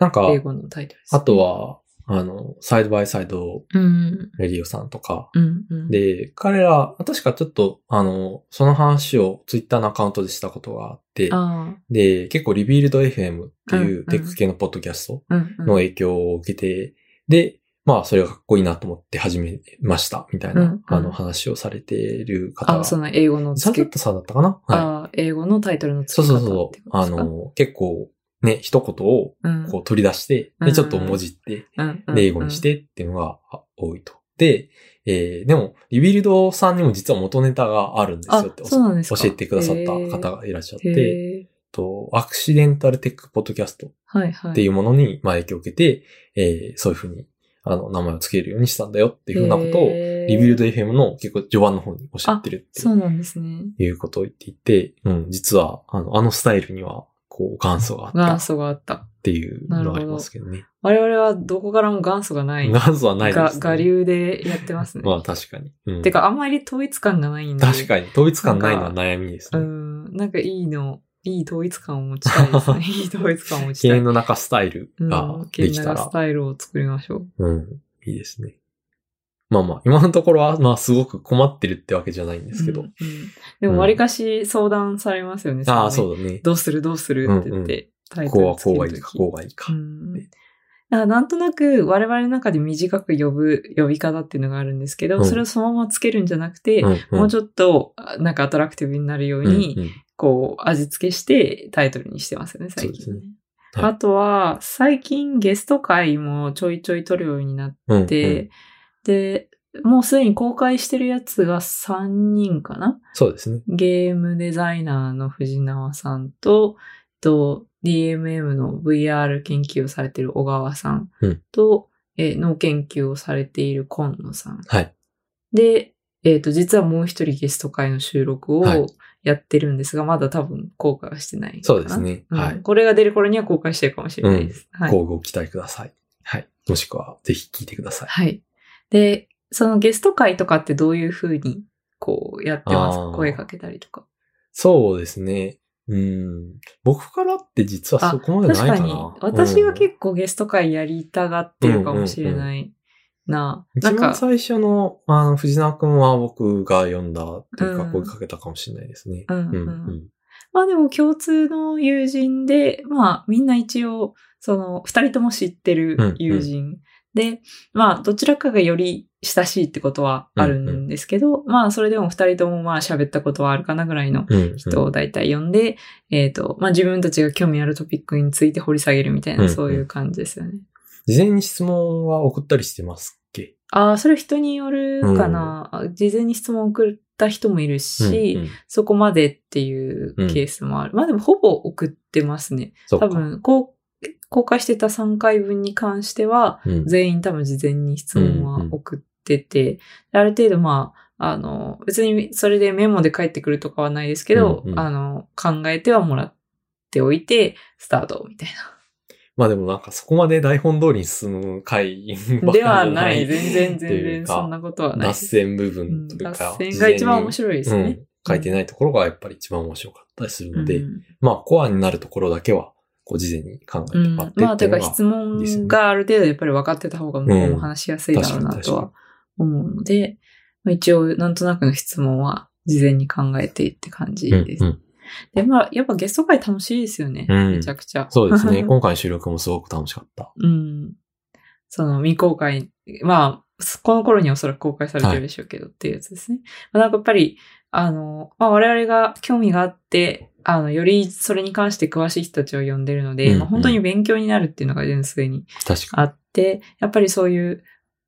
Speaker 1: なんか、
Speaker 2: 英語のタイトルです。
Speaker 1: あとは、あの、サイドバイサイド
Speaker 2: うん、
Speaker 1: レディオさんとか、
Speaker 2: うん、うん。
Speaker 1: で、彼ら、確かちょっと、あの、その話をツイッターのアカウントでしたことがあって、
Speaker 2: あ
Speaker 1: で、結構リビールド FM って
Speaker 2: うん
Speaker 1: い
Speaker 2: うん
Speaker 1: うテック系のポッドキャスト
Speaker 2: あ、うん、うん。
Speaker 1: の影響を受けて、で、まあ、それがかっこいいなと思って始めました、みたいな、
Speaker 2: うんうん
Speaker 1: あの、話をされてる方
Speaker 2: あ、
Speaker 1: が、サ
Speaker 2: その英語の
Speaker 1: ザッ
Speaker 2: 付け、
Speaker 1: トさんだったかなはい。
Speaker 2: あ英語のタイトルの
Speaker 1: そ
Speaker 2: 付
Speaker 1: う
Speaker 2: け
Speaker 1: そ
Speaker 2: 方
Speaker 1: う
Speaker 2: って
Speaker 1: そ
Speaker 2: こ
Speaker 1: う。
Speaker 2: とで
Speaker 1: あ
Speaker 2: すか、
Speaker 1: の、結構、ね、一言を、
Speaker 2: うん
Speaker 1: こう取り出して、
Speaker 2: うん
Speaker 1: で、ちょっともじって、
Speaker 2: うんうん
Speaker 1: で、英語にし。てっていうのがあ多いと。で、えーでも、リビルドさんにも実は元ネタがあるんですよって
Speaker 2: あそうなんです
Speaker 1: 教
Speaker 2: か
Speaker 1: えてくださった方がいらっしゃっ
Speaker 2: へ
Speaker 1: て、
Speaker 2: え
Speaker 1: とアクシデンタルテックポッドキャスト
Speaker 2: はいはい。
Speaker 1: っていううものにまあ影響を受けて、えーそういうふうにあの名前を付けるようにしたんだよっていうふうなことを、リビル
Speaker 2: で。
Speaker 1: ド FM の結構序盤の方におっしゃってるって
Speaker 2: そうなんですね。
Speaker 1: いうことを言っていて、うん、実はあのあのスタイルにはこう元祖があ
Speaker 2: 元
Speaker 1: ったっ
Speaker 2: 祖があった。
Speaker 1: ていうのがありますけどね。
Speaker 2: 我々はどこからも元祖がない。
Speaker 1: 元祖はないです、ね。
Speaker 2: が我流でやってますね。
Speaker 1: まあ確かに。うん
Speaker 2: てか、あんまり統一感がないんで。
Speaker 1: 確かに、統一感ないのは悩みです
Speaker 2: う
Speaker 1: ね。
Speaker 2: ん。なんかいいの、いい統一感を持ちた いですね。いい統一感を持ち
Speaker 1: 経
Speaker 2: た
Speaker 1: 営
Speaker 2: い。
Speaker 1: の中スタイル
Speaker 2: う
Speaker 1: が
Speaker 2: ん。
Speaker 1: で
Speaker 2: 剣
Speaker 1: きた
Speaker 2: 長
Speaker 1: ら
Speaker 2: ス、タイルを作りましょう。
Speaker 1: うん、いいですね。まあまあ、今のところは、まあすごく困ってるってわけじゃないんですけど。
Speaker 2: うんうんでも、わりかし相談されますよね。
Speaker 1: ああ、
Speaker 2: そのね
Speaker 1: そうだね。
Speaker 2: どうするどうするって言って、タイト
Speaker 1: こう
Speaker 2: ル
Speaker 1: は
Speaker 2: をつけ
Speaker 1: こう
Speaker 2: る
Speaker 1: がい
Speaker 2: と
Speaker 1: い
Speaker 2: き
Speaker 1: か、こうがいいか
Speaker 2: う。んだからなんとなく我々の中で短く呼ぶ呼び方っていうのがあるんですけど、
Speaker 1: うん
Speaker 2: それをそのままつけるんじゃなくて、
Speaker 1: うんうん
Speaker 2: もうちょっとあなんかアトラクティブになるように、
Speaker 1: うんうん
Speaker 2: こう味付けしてタイトルにしてますよね、最
Speaker 1: そ
Speaker 2: 近
Speaker 1: う
Speaker 2: ね、
Speaker 1: ですはい
Speaker 2: あとは、最近ゲスト会もちょいちょい取るようになっ
Speaker 1: うんうん
Speaker 2: て、で、もうすでに公開してるやつが3人かな
Speaker 1: そうですね。
Speaker 2: ゲームデザイナーの藤縄さんと、えっと DMM の VR 研究をされている小川さん
Speaker 1: うん
Speaker 2: と、えー脳研究をされている今野さん。
Speaker 1: はい。
Speaker 2: で、えっ、と、実はもう一人ゲスト会の収録
Speaker 1: はい
Speaker 2: をやってるんですが、まだ多分公開はしてないかな。
Speaker 1: そうですね。
Speaker 2: うん。
Speaker 1: はい。
Speaker 2: これが出る頃には公開してるかもしれないです。はい。
Speaker 1: こうご期待ください。はい。もしくは、ぜひ聞いてください。
Speaker 2: はい。で、そのゲスト会とかってどういうふうに、こうやってま
Speaker 1: あ
Speaker 2: すか
Speaker 1: ー
Speaker 2: 声かけたりとか。
Speaker 1: そうですね。うん。僕からって実はそこまでな
Speaker 2: 確
Speaker 1: い
Speaker 2: か
Speaker 1: か
Speaker 2: に
Speaker 1: な。、
Speaker 2: 私は
Speaker 1: 構
Speaker 2: 結構ゲスト会やりたがってるかもしれないな。な
Speaker 1: 一番
Speaker 2: んか、
Speaker 1: 最初の、あの、藤沢くんは僕が読んだというか
Speaker 2: うん
Speaker 1: 声かけたかもしれないですね。
Speaker 2: うん
Speaker 1: うん、う
Speaker 2: うん
Speaker 1: ん。
Speaker 2: まあでも共通の友人で、まあみんな一応、その、二人とも知ってる友人で、まあどちらかがより親しいってことはあるんですけど、まあそれでも二人ともまあ喋ったことはあるかなぐらいの
Speaker 1: うんうん。
Speaker 2: 人を大体呼んで、えっ、と、まあ自分たちが興味あるトピックについて掘り下げるみたい
Speaker 1: うん
Speaker 2: な、
Speaker 1: うん
Speaker 2: そういう感じですよね。
Speaker 1: 事前に質問は送ったりしてますっけ
Speaker 2: ああ、それ人によるかな。事前に質問を送った人もいるし、
Speaker 1: うんうん
Speaker 2: そこまでっていうケースもある。まあでもほぼ送ってますね。
Speaker 1: そうか
Speaker 2: 多分こう、公開してた3回分に関しては、
Speaker 1: うん
Speaker 2: 全員多分事前に質問は送ってて、ある程度まあ、あの、別にそれでメモで返ってくるとかはないですけど、
Speaker 1: うんうん
Speaker 2: あの、考えてはもらっておいて、スタートみたい
Speaker 1: まあでもなんかそこまで台本通りに進む回ばっかりじ
Speaker 2: な。で
Speaker 1: ゃな
Speaker 2: はいない。全然
Speaker 1: と
Speaker 2: 全
Speaker 1: い
Speaker 2: 然
Speaker 1: うか
Speaker 2: そんなことはないで
Speaker 1: 脱
Speaker 2: す。
Speaker 1: 線部
Speaker 2: う
Speaker 1: 分
Speaker 2: ん
Speaker 1: という
Speaker 2: 脱
Speaker 1: か、
Speaker 2: 線が一番面白いです
Speaker 1: う
Speaker 2: ね。
Speaker 1: ん、書いてないところがやっぱり一番面白かったりするので、
Speaker 2: うん
Speaker 1: まあコアになるところだけは、こう事前に考えてもらって
Speaker 2: まあ、
Speaker 1: ってい
Speaker 2: て
Speaker 1: うの
Speaker 2: か
Speaker 1: が
Speaker 2: 質問がある程度やっぱり分かってた方が向こうも話しやすいだろうなとは思うので、まあ一応なんとなくの質問は事前に考えてって感じです。
Speaker 1: うんうん
Speaker 2: で、まあ、やっぱゲスト会楽しいですよね。
Speaker 1: うん
Speaker 2: めちゃくちゃ。
Speaker 1: そうですね。今回の収録もすごく楽しかった。
Speaker 2: うん。その未公開まあ、この頃にはおそらく公開されてるでしょうけどっていうやつですね。まあ、なんかやっぱり、あの、まあ、我々が興味があって、あの、よりそれに関して詳しい人たちを呼んでるので、
Speaker 1: うんうん
Speaker 2: まあ、本当に勉強になるっていうのが全すでに
Speaker 1: 確か
Speaker 2: あって、やっぱりそういう、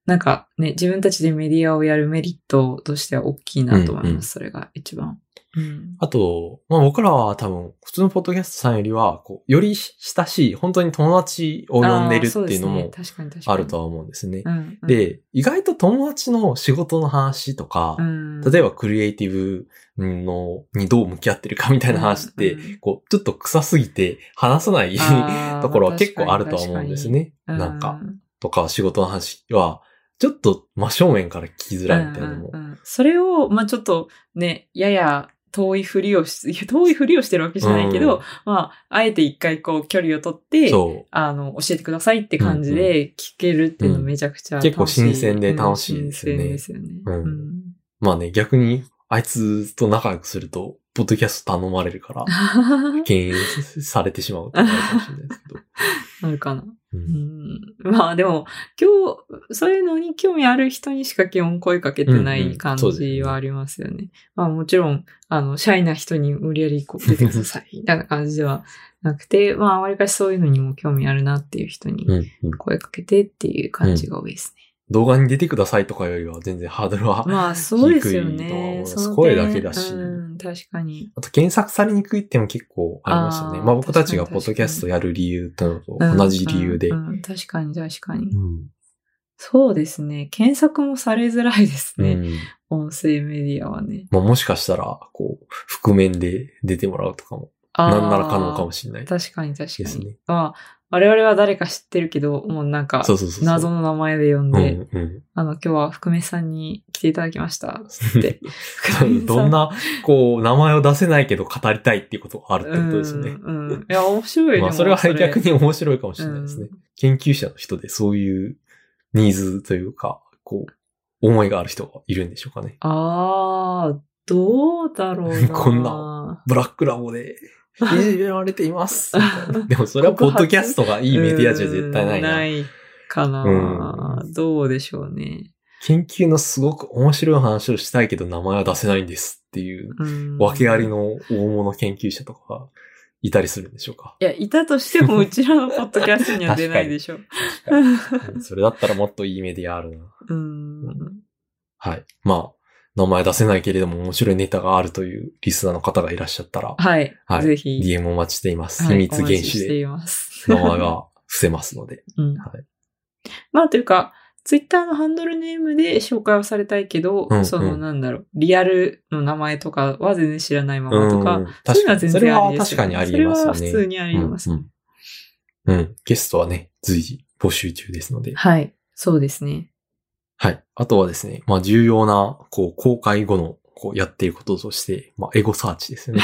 Speaker 2: なんかね、自分たちでメディアをやるメリットとしては大きいなと思います。
Speaker 1: うんうん
Speaker 2: それが一番。うん。
Speaker 1: あと、まあ僕らは多分、普通のポッドキャストさんよりは、こう、より親しい、本当に友達を呼んでるっていうのも
Speaker 2: あーそうですね
Speaker 1: あるとは思うんですね。
Speaker 2: 確かに確かに。うん、
Speaker 1: で、意外と友達の仕事の話とか
Speaker 2: う、ん、
Speaker 1: 例え
Speaker 2: ば、
Speaker 1: ばクリエイティブの、にどう向き合ってるかみたいな話って、
Speaker 2: うんうん
Speaker 1: こう、ちょっと臭すぎて話さない
Speaker 2: あー
Speaker 1: ところは結構あるとは思うんですね。
Speaker 2: う
Speaker 1: なんか、とか仕事の話は、ちょっと真正面から聞きづらいみたいなのも
Speaker 2: うんうんうんそれを、まあちょっとね、やや遠いふりをし、 いや遠いふりをしてるわけじゃないけど、
Speaker 1: うん
Speaker 2: まあ、あえて一回こう距離を取って、
Speaker 1: そ
Speaker 2: あの、教えてくださいって感じで聞けるっていうのめちゃくちゃ楽しい、
Speaker 1: うん結構新鮮で楽しいですよね
Speaker 2: うん新鮮ですよね。
Speaker 1: うん
Speaker 2: うん
Speaker 1: う。まあね、逆に、あいつと仲良くすると、ポッドキャスト頼まれる から、敬遠されてしまうとかあるかもしれないですけど。
Speaker 2: あるかな。
Speaker 1: う
Speaker 2: うんんまあでも、今日、そういうのに興味ある人にしか基本声かけてな
Speaker 1: うんう
Speaker 2: い
Speaker 1: ん
Speaker 2: 感
Speaker 1: そうですね
Speaker 2: じはありますよね。まあもちろん、あの、シャイな人に無理やりこう出てください、みたいな感じではなくて、まあわりかしそういうのにも興味あるなっていう人に
Speaker 1: うんうん
Speaker 2: 声かけてっていう感じが多いですね。
Speaker 1: 動画に出てくださいとかよりは全然ハードルは、
Speaker 2: まあそうですよ
Speaker 1: 低いとは思い
Speaker 2: ね。
Speaker 1: ます
Speaker 2: その
Speaker 1: 声
Speaker 2: 点
Speaker 1: だけだし
Speaker 2: うん、確かに。
Speaker 1: あと検索されにくいっても結構ありましたね。
Speaker 2: あー
Speaker 1: まあ僕たちが
Speaker 2: 確
Speaker 1: ポ
Speaker 2: かに
Speaker 1: ッドキャストやる理由ってのと
Speaker 2: うん
Speaker 1: 同じ理由で。
Speaker 2: うんうん確かに確かに。
Speaker 1: うん
Speaker 2: そうですね。検索もされづらいです
Speaker 1: う
Speaker 2: ね。
Speaker 1: ん
Speaker 2: 音声メディアはね。
Speaker 1: まあもしかしたら、こう、覆面で出てもらうとかも、
Speaker 2: あー
Speaker 1: なんなら可能かもしれない。
Speaker 2: 確かに確
Speaker 1: で
Speaker 2: か
Speaker 1: す
Speaker 2: に。
Speaker 1: ね
Speaker 2: まあ、我々は誰か知ってるけど、もうなんか
Speaker 1: そ、うそうそうそう。
Speaker 2: 謎の名前で呼ん
Speaker 1: うん
Speaker 2: で、
Speaker 1: うん。
Speaker 2: あの、今日は福明さんに来ていただきま した。つって。福明さ
Speaker 1: どんな、こう、名前を出せないけど語りたいっていうことがあるってことですね。
Speaker 2: うん、うん。いや、面白いね。
Speaker 1: まあそれは逆に面白いかもしれないですね。研究者の人でそういうニーズというか、こう、思いがある人がいるんでしょうかね。
Speaker 2: ああ、どうだろうな。
Speaker 1: こんなブラックラボ で、いじめられています。みたいなでもそれはポ
Speaker 2: 告
Speaker 1: ッ
Speaker 2: 白
Speaker 1: ドキャストがいいメディアじゃ絶対ない
Speaker 2: うん
Speaker 1: な。
Speaker 2: ないかな、どうでしょうね。
Speaker 1: 研究のすごく面白い話をしたいけど名前は出せないんですっていう、
Speaker 2: うん。
Speaker 1: 訳ありの大物研究者とかがいたりするんでしょうか。
Speaker 2: いや、いたとしても、うちらのポッドキャストには出ないでしょ。
Speaker 1: うんそれだったらもっといいメディアあるな。
Speaker 2: うん。
Speaker 1: はい。まあ、名前出せないけれども面白いネタがあるというリスナーの方がいらっしゃったら、
Speaker 2: はい。
Speaker 1: はい
Speaker 2: ぜひ。
Speaker 1: DM お待ちしています。
Speaker 2: は
Speaker 1: 秘
Speaker 2: い
Speaker 1: 密
Speaker 2: お
Speaker 1: 厳
Speaker 2: 待ち
Speaker 1: 守
Speaker 2: して
Speaker 1: で
Speaker 2: います。
Speaker 1: 名前が伏せますので。
Speaker 2: うん
Speaker 1: はい。
Speaker 2: まあというか、ツイッターのハンドルネームで紹介はされたいけど、
Speaker 1: うんうん
Speaker 2: そのなんだろう、リアルの名前とかは全然知らないままとか、
Speaker 1: うん
Speaker 2: そういうのは全
Speaker 1: それ
Speaker 2: 然あ
Speaker 1: は
Speaker 2: りです
Speaker 1: 確
Speaker 2: よね
Speaker 1: かにありますよね。
Speaker 2: それは普通にあります。
Speaker 1: うんうん、うんゲストはね、随時募集中ですので。
Speaker 2: はい、そうですね。
Speaker 1: はい。あとはですね、まあ重要な、こう、公開後の、こう、やっていることとして、まあ、エゴサーチです よね。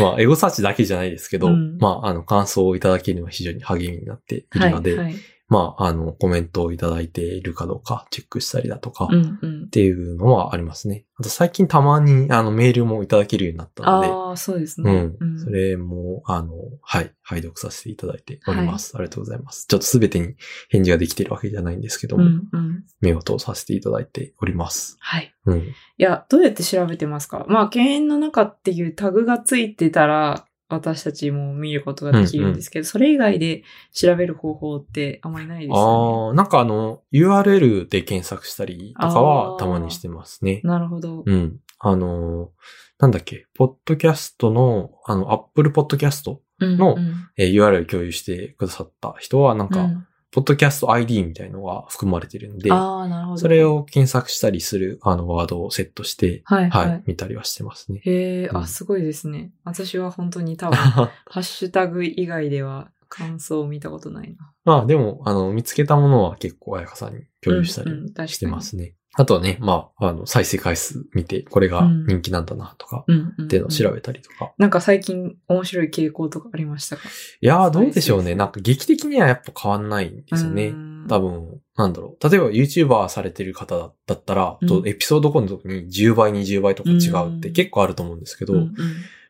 Speaker 1: まあ、エゴサーチだけじゃないですけど、
Speaker 2: うん
Speaker 1: まあ、あの、感想をいただけるのは非常に励みになっているので、
Speaker 2: はい。
Speaker 1: まあ、あの、コメントをいただいているかどうかチェックしたりだとか、
Speaker 2: う
Speaker 1: っ
Speaker 2: んうん。
Speaker 1: ていうのはありますね。あと最近たまに、あの、メールもいただけるようになったので、
Speaker 2: ああ、そうです
Speaker 1: う
Speaker 2: ね。
Speaker 1: ん。それも、あの、はい、拝読させていただいております。ありがとうございます。ちょっとすべてに返事ができてるわけじゃないんですけど
Speaker 2: う
Speaker 1: も、
Speaker 2: んうん。
Speaker 1: 目を通させていただいております。
Speaker 2: はい。
Speaker 1: うん。
Speaker 2: いや、どうやって調べてますかまあ、犬猿の中っていうタグがついてたら、私たちも見ることができるんですけど、それ以外で調べる方法ってあんまりないですよね。
Speaker 1: ああ、なんかあの、URL で検索したりとか
Speaker 2: あ
Speaker 1: は
Speaker 2: ー
Speaker 1: たまにしてますね。
Speaker 2: なるほど。
Speaker 1: うん。あの、なんだっけ、ポッドキャストの、あの、Apple Podcast、の
Speaker 2: うん
Speaker 1: えー URL 共有してくださった人は、なん
Speaker 2: うん
Speaker 1: か、
Speaker 2: うん
Speaker 1: ポッドキャスト ID みたいのが含まれてるんで、
Speaker 2: ああ、なるほど。
Speaker 1: それ、を検索したりする、あの、ワードをセットして、
Speaker 2: はい、は、
Speaker 1: はいい、見たりはしてますね。
Speaker 2: へえ、
Speaker 1: うん
Speaker 2: あ、すごいですね。私は本当に 多分、ハッシュタグ以外では感想を見たことないな。
Speaker 1: まあでも、あの、見つけたものは結構彩香さんに共有した
Speaker 2: うんう
Speaker 1: り
Speaker 2: ん確かに
Speaker 1: してますね。あとはね、まあ、あの、再生回数見て、これが人気なんだなとか、
Speaker 2: うんうん、うん。
Speaker 1: っていうのを調べたりとか。
Speaker 2: なんか最近面白い傾向とかありましたか
Speaker 1: いやー、どうでしょうね。
Speaker 2: 再生数
Speaker 1: なんか劇的にはやっぱ変わんないんですよ
Speaker 2: う
Speaker 1: ね。
Speaker 2: ん
Speaker 1: 多分、なんだろう。例えば YouTuber されてる方だだったら、
Speaker 2: うん
Speaker 1: とエピソード今度に10倍、20倍とか違うって
Speaker 2: うん
Speaker 1: 結構あると思うんですけど、
Speaker 2: うんうん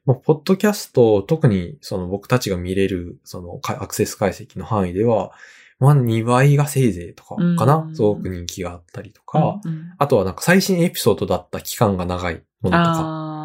Speaker 1: まあ、ポッドキャスト、特にその僕たちが見れる、そのかアクセス解析の範囲では、まあ2倍がせいぜいとかか
Speaker 2: う
Speaker 1: な、
Speaker 2: ん
Speaker 1: すごく人気があったりとか、
Speaker 2: うんうん
Speaker 1: あとはなんか最新エピソードだった期間が長いものとか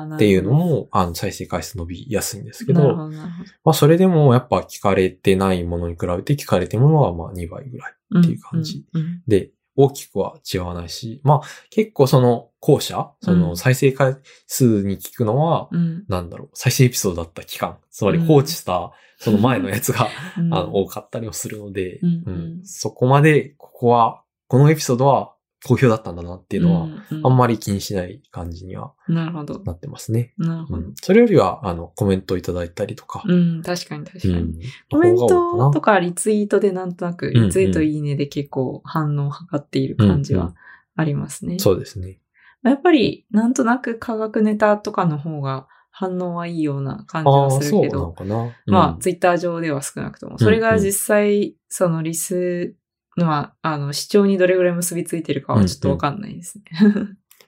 Speaker 2: あー
Speaker 1: っていうの
Speaker 2: なる
Speaker 1: も、あの、再生回数伸びやすいんですけ
Speaker 2: ほどなる
Speaker 1: ど、
Speaker 2: ほどなるほ
Speaker 1: まあそれでもやっぱ聞かれてないものに比べて聞かれてるものはまあ2倍ぐらい。
Speaker 2: ど
Speaker 1: っていう感じ。
Speaker 2: うんうん
Speaker 1: で、大きくは違わないし、まあ結構その後者、そうの
Speaker 2: ん
Speaker 1: 再生回数に聞くのは、
Speaker 2: うん
Speaker 1: なんだろう、再生エピソードだった期間、つまり
Speaker 2: うん
Speaker 1: 放置したその前のやつが、
Speaker 2: う ん
Speaker 1: あの多かったりもするので、
Speaker 2: うん
Speaker 1: うんそこまでここは、このエピソードは好評だったんだなっていうのは、
Speaker 2: うんうん
Speaker 1: あんまり気にしない感じには
Speaker 2: なるほど。
Speaker 1: なってますね。
Speaker 2: なるほ
Speaker 1: う
Speaker 2: ど。
Speaker 1: ん、それよりは、あの、コメントいただいたりとか、
Speaker 2: うん、確かに確かに。
Speaker 1: うん
Speaker 2: コメン
Speaker 1: の方が多
Speaker 2: ト
Speaker 1: いか
Speaker 2: と
Speaker 1: な
Speaker 2: かリツイートでなんとなく、
Speaker 1: んうん
Speaker 2: リツイートいいねで結構反応を図っている感じはありますね。
Speaker 1: そうですね。
Speaker 2: やっぱり、なんとなく科学ネタとかの方が反応はいいような感じ
Speaker 1: ああ
Speaker 2: は
Speaker 1: ー、
Speaker 2: する
Speaker 1: そう
Speaker 2: け
Speaker 1: なの
Speaker 2: ど、
Speaker 1: かな。
Speaker 2: ま
Speaker 1: うん
Speaker 2: あ、ツイッター上では少なくとも。それが実際、そのリスのは、あの、視聴にどれぐらい結びついてるかはちょっとわかんないですね。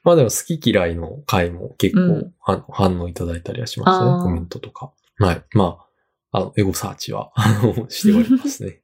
Speaker 1: まあでも好き嫌いの回も結
Speaker 2: う
Speaker 1: 構
Speaker 2: ん
Speaker 1: あの反応いただいたりはしました
Speaker 2: あ
Speaker 1: ね。
Speaker 2: ー
Speaker 1: コメントとか。はい。まあ、あの、エゴサーチは、あの、 しております ね。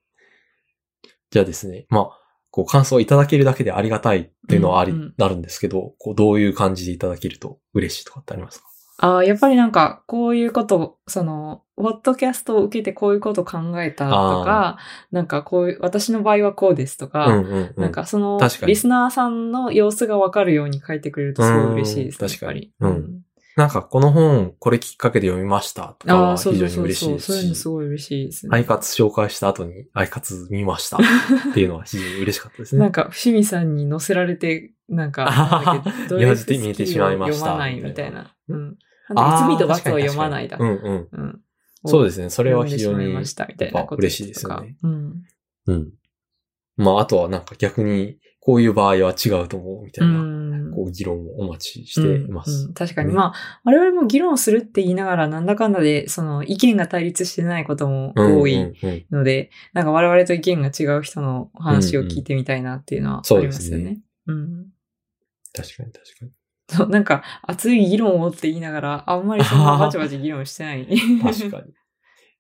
Speaker 1: じゃあですね、まあ、こう感想いただけるだけでありがたいっていうのはあり、
Speaker 2: うんうん
Speaker 1: なるんですけど、こうどういう感じでいただけると嬉しいとかってありますか
Speaker 2: ああ、やっぱりなんか、こういうこと、その、ポッドキャストを受けてこういうこと考えたとか、なんかこういう、私の場合はこうですとか、
Speaker 1: うんうんうん。
Speaker 2: なんかその
Speaker 1: 確か、に
Speaker 2: リスナーさんの様子がわかるように書いてくれるとすごい嬉しいですね。
Speaker 1: うん確かに
Speaker 2: やっぱ
Speaker 1: う
Speaker 2: り
Speaker 1: んなんかこの本これきっかけで読みましたとか
Speaker 2: あ
Speaker 1: は
Speaker 2: あ、そ
Speaker 1: 非
Speaker 2: うそ
Speaker 1: 常
Speaker 2: う
Speaker 1: に
Speaker 2: そ
Speaker 1: 嬉しい
Speaker 2: うそ
Speaker 1: で
Speaker 2: う。そう
Speaker 1: す
Speaker 2: いうの
Speaker 1: し
Speaker 2: す、ごい嬉しいです
Speaker 1: アイ
Speaker 2: ね。
Speaker 1: カツ紹介した後にアイカツ見ましたっていうのは非常に嬉しかったですね。
Speaker 2: なんか、伏見さんに載せられて、なんか、なんだっけドレフスキーを
Speaker 1: 見えてしまいました
Speaker 2: 読まないみたいな。
Speaker 1: みた
Speaker 2: う
Speaker 1: い
Speaker 2: ん。なんか、いつみとバツを読まないだ
Speaker 1: う。んうん。
Speaker 2: うん。
Speaker 1: そうですね。それは非常
Speaker 2: 読んでしまい
Speaker 1: に
Speaker 2: ましたみたいなこと
Speaker 1: 嬉しいですよね。
Speaker 2: うん。
Speaker 1: うん。まあ、あとはなんか逆に、こういう場合は違うと思うみたいな、
Speaker 2: うん
Speaker 1: こう議論をお待ちしています。
Speaker 2: うんうん確かに。
Speaker 1: ね
Speaker 2: まあ、我々も議論するって言いながら、なんだかんだで、その、意見が対立してないことも
Speaker 1: うん
Speaker 2: 多い
Speaker 1: うんうん
Speaker 2: ので、なんか我々と意見が違う人の話を聞いてみたいなっていうのはあ
Speaker 1: そう
Speaker 2: り
Speaker 1: で
Speaker 2: ますす
Speaker 1: ね
Speaker 2: よね。うん
Speaker 1: 確かに確かに。
Speaker 2: そうなんか熱い議論をって言いながら、あんまりそんなバチバチ議論してない。
Speaker 1: 確かに。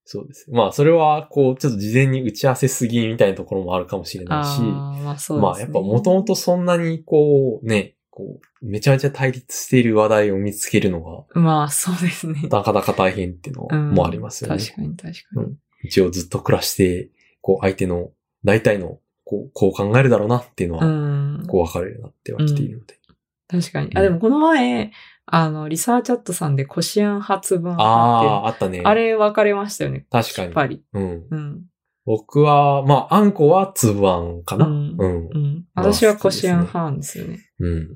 Speaker 1: そうです。まあ、それは、こう、ちょっと事前に打ち合わせすぎみたいなところもあるかもしれないし、
Speaker 2: あーまあそうですね。
Speaker 1: まあ、やっぱ、もともとそんなに、こう、ね、こう、めちゃめちゃ対立している話題を見つけるのが、
Speaker 2: まあそうですね。
Speaker 1: なかなか大変っていうの
Speaker 2: うん
Speaker 1: もありますよね。
Speaker 2: 確かに確かに。
Speaker 1: 一応ずっと暮らして、こう相手の大体の、こう、こう考えるだろうなっていうの
Speaker 2: う
Speaker 1: は、
Speaker 2: ん。
Speaker 1: こう分かるようになってはきているので。
Speaker 2: 確かに。
Speaker 1: う
Speaker 2: あ、
Speaker 1: ん
Speaker 2: でもこの前、あの、リサーチャットさんでコシアン発分派っていう
Speaker 1: ああ、あったね。
Speaker 2: あれ分かれましたよね。
Speaker 1: 確か
Speaker 2: やっ
Speaker 1: に。
Speaker 2: ぱり。
Speaker 1: うん。
Speaker 2: うん。
Speaker 1: 僕は、まあ、あんこはつぶあんか
Speaker 2: う
Speaker 1: な。
Speaker 2: ん
Speaker 1: う。ん。
Speaker 2: うん。
Speaker 1: まあ
Speaker 2: 私はコシアン派なんですよね。
Speaker 1: うん。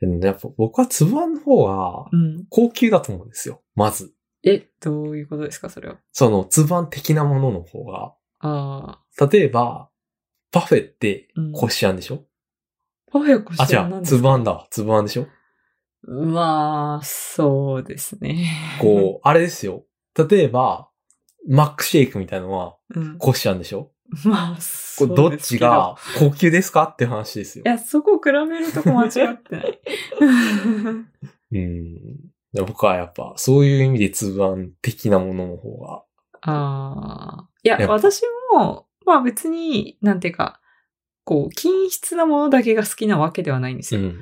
Speaker 1: でもねやっぱ僕はつぶあんの方が
Speaker 2: うん。
Speaker 1: 高級だと思うんですよ。まず。
Speaker 2: え、どういうことですか、それは。
Speaker 1: そのつぶあん的なものの方が。
Speaker 2: ああ。
Speaker 1: 例えば、パフェって
Speaker 2: うん
Speaker 1: こしあんでしょ、
Speaker 2: パフェコ
Speaker 1: あ、
Speaker 2: シ
Speaker 1: 違
Speaker 2: アンな
Speaker 1: う。
Speaker 2: んで
Speaker 1: つ
Speaker 2: す
Speaker 1: ぶあ
Speaker 2: か
Speaker 1: んだわ。つぶあんでしょ
Speaker 2: まあ、そうですね。
Speaker 1: こ う、あれですよ。例えば、マックシェイクみたいなのは、
Speaker 2: うん。
Speaker 1: こしあんでしょ
Speaker 2: まあ、そ
Speaker 1: こ
Speaker 2: う
Speaker 1: れどっ
Speaker 2: です
Speaker 1: ち
Speaker 2: けど。
Speaker 1: が高級ですかって話ですよ
Speaker 2: い。や、そこ比べるとこ間違って ない。
Speaker 1: うん。で僕はやっぱ、そういう意味で通案的なものの方が。
Speaker 2: ああ。いや、
Speaker 1: やっぱ
Speaker 2: 私も、まあ別に、なんていうか、こう、均質なものだけが好きなわけではないんですよ。
Speaker 1: ん。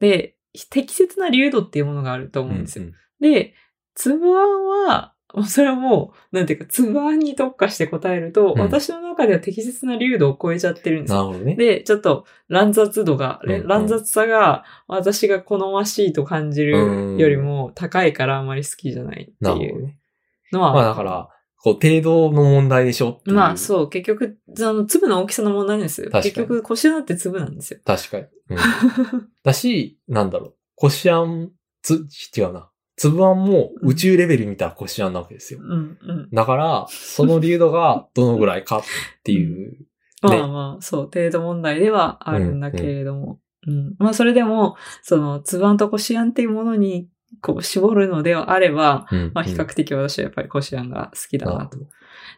Speaker 2: で、適切な流度っていうものがあると思うんですよ。で、つぶあんは、もうそれはもう、なんていうか、つぶあんに特化して答えると、
Speaker 1: うん
Speaker 2: 私の中では適切な流度を超えちゃってるんです
Speaker 1: なる
Speaker 2: よ。
Speaker 1: ほどね。
Speaker 2: で、ちょっと乱雑度が、
Speaker 1: うんうん
Speaker 2: 乱雑さが私が好ましいと感じるよりも高いからあんまり好きじゃないって
Speaker 1: なるほ
Speaker 2: い
Speaker 1: ど
Speaker 2: う
Speaker 1: ね。
Speaker 2: のは。
Speaker 1: まあだから、こう、程度の問題でしょっていう。
Speaker 2: まあそう、結局、あの、粒の大きさの問題なんですよ。
Speaker 1: 確かに
Speaker 2: 結局、腰だって粒なんですよ。
Speaker 1: 確かに。うん だし、なんだろう。こしあん、つ、違うな。つぶあんも宇宙レベル見たこしあんなわけですよ
Speaker 2: う。んうん。
Speaker 1: だから、その流度がどのぐらいかっていう。
Speaker 2: ま
Speaker 1: ね
Speaker 2: あまあ、そう、程度問題ではあるんだけれども。うん、まあそれでも、その、粒あんと腰あんっていうもの に、こう、絞るのであれば、
Speaker 1: うん
Speaker 2: まあ比較的私はやっぱり腰あんが好きだなと。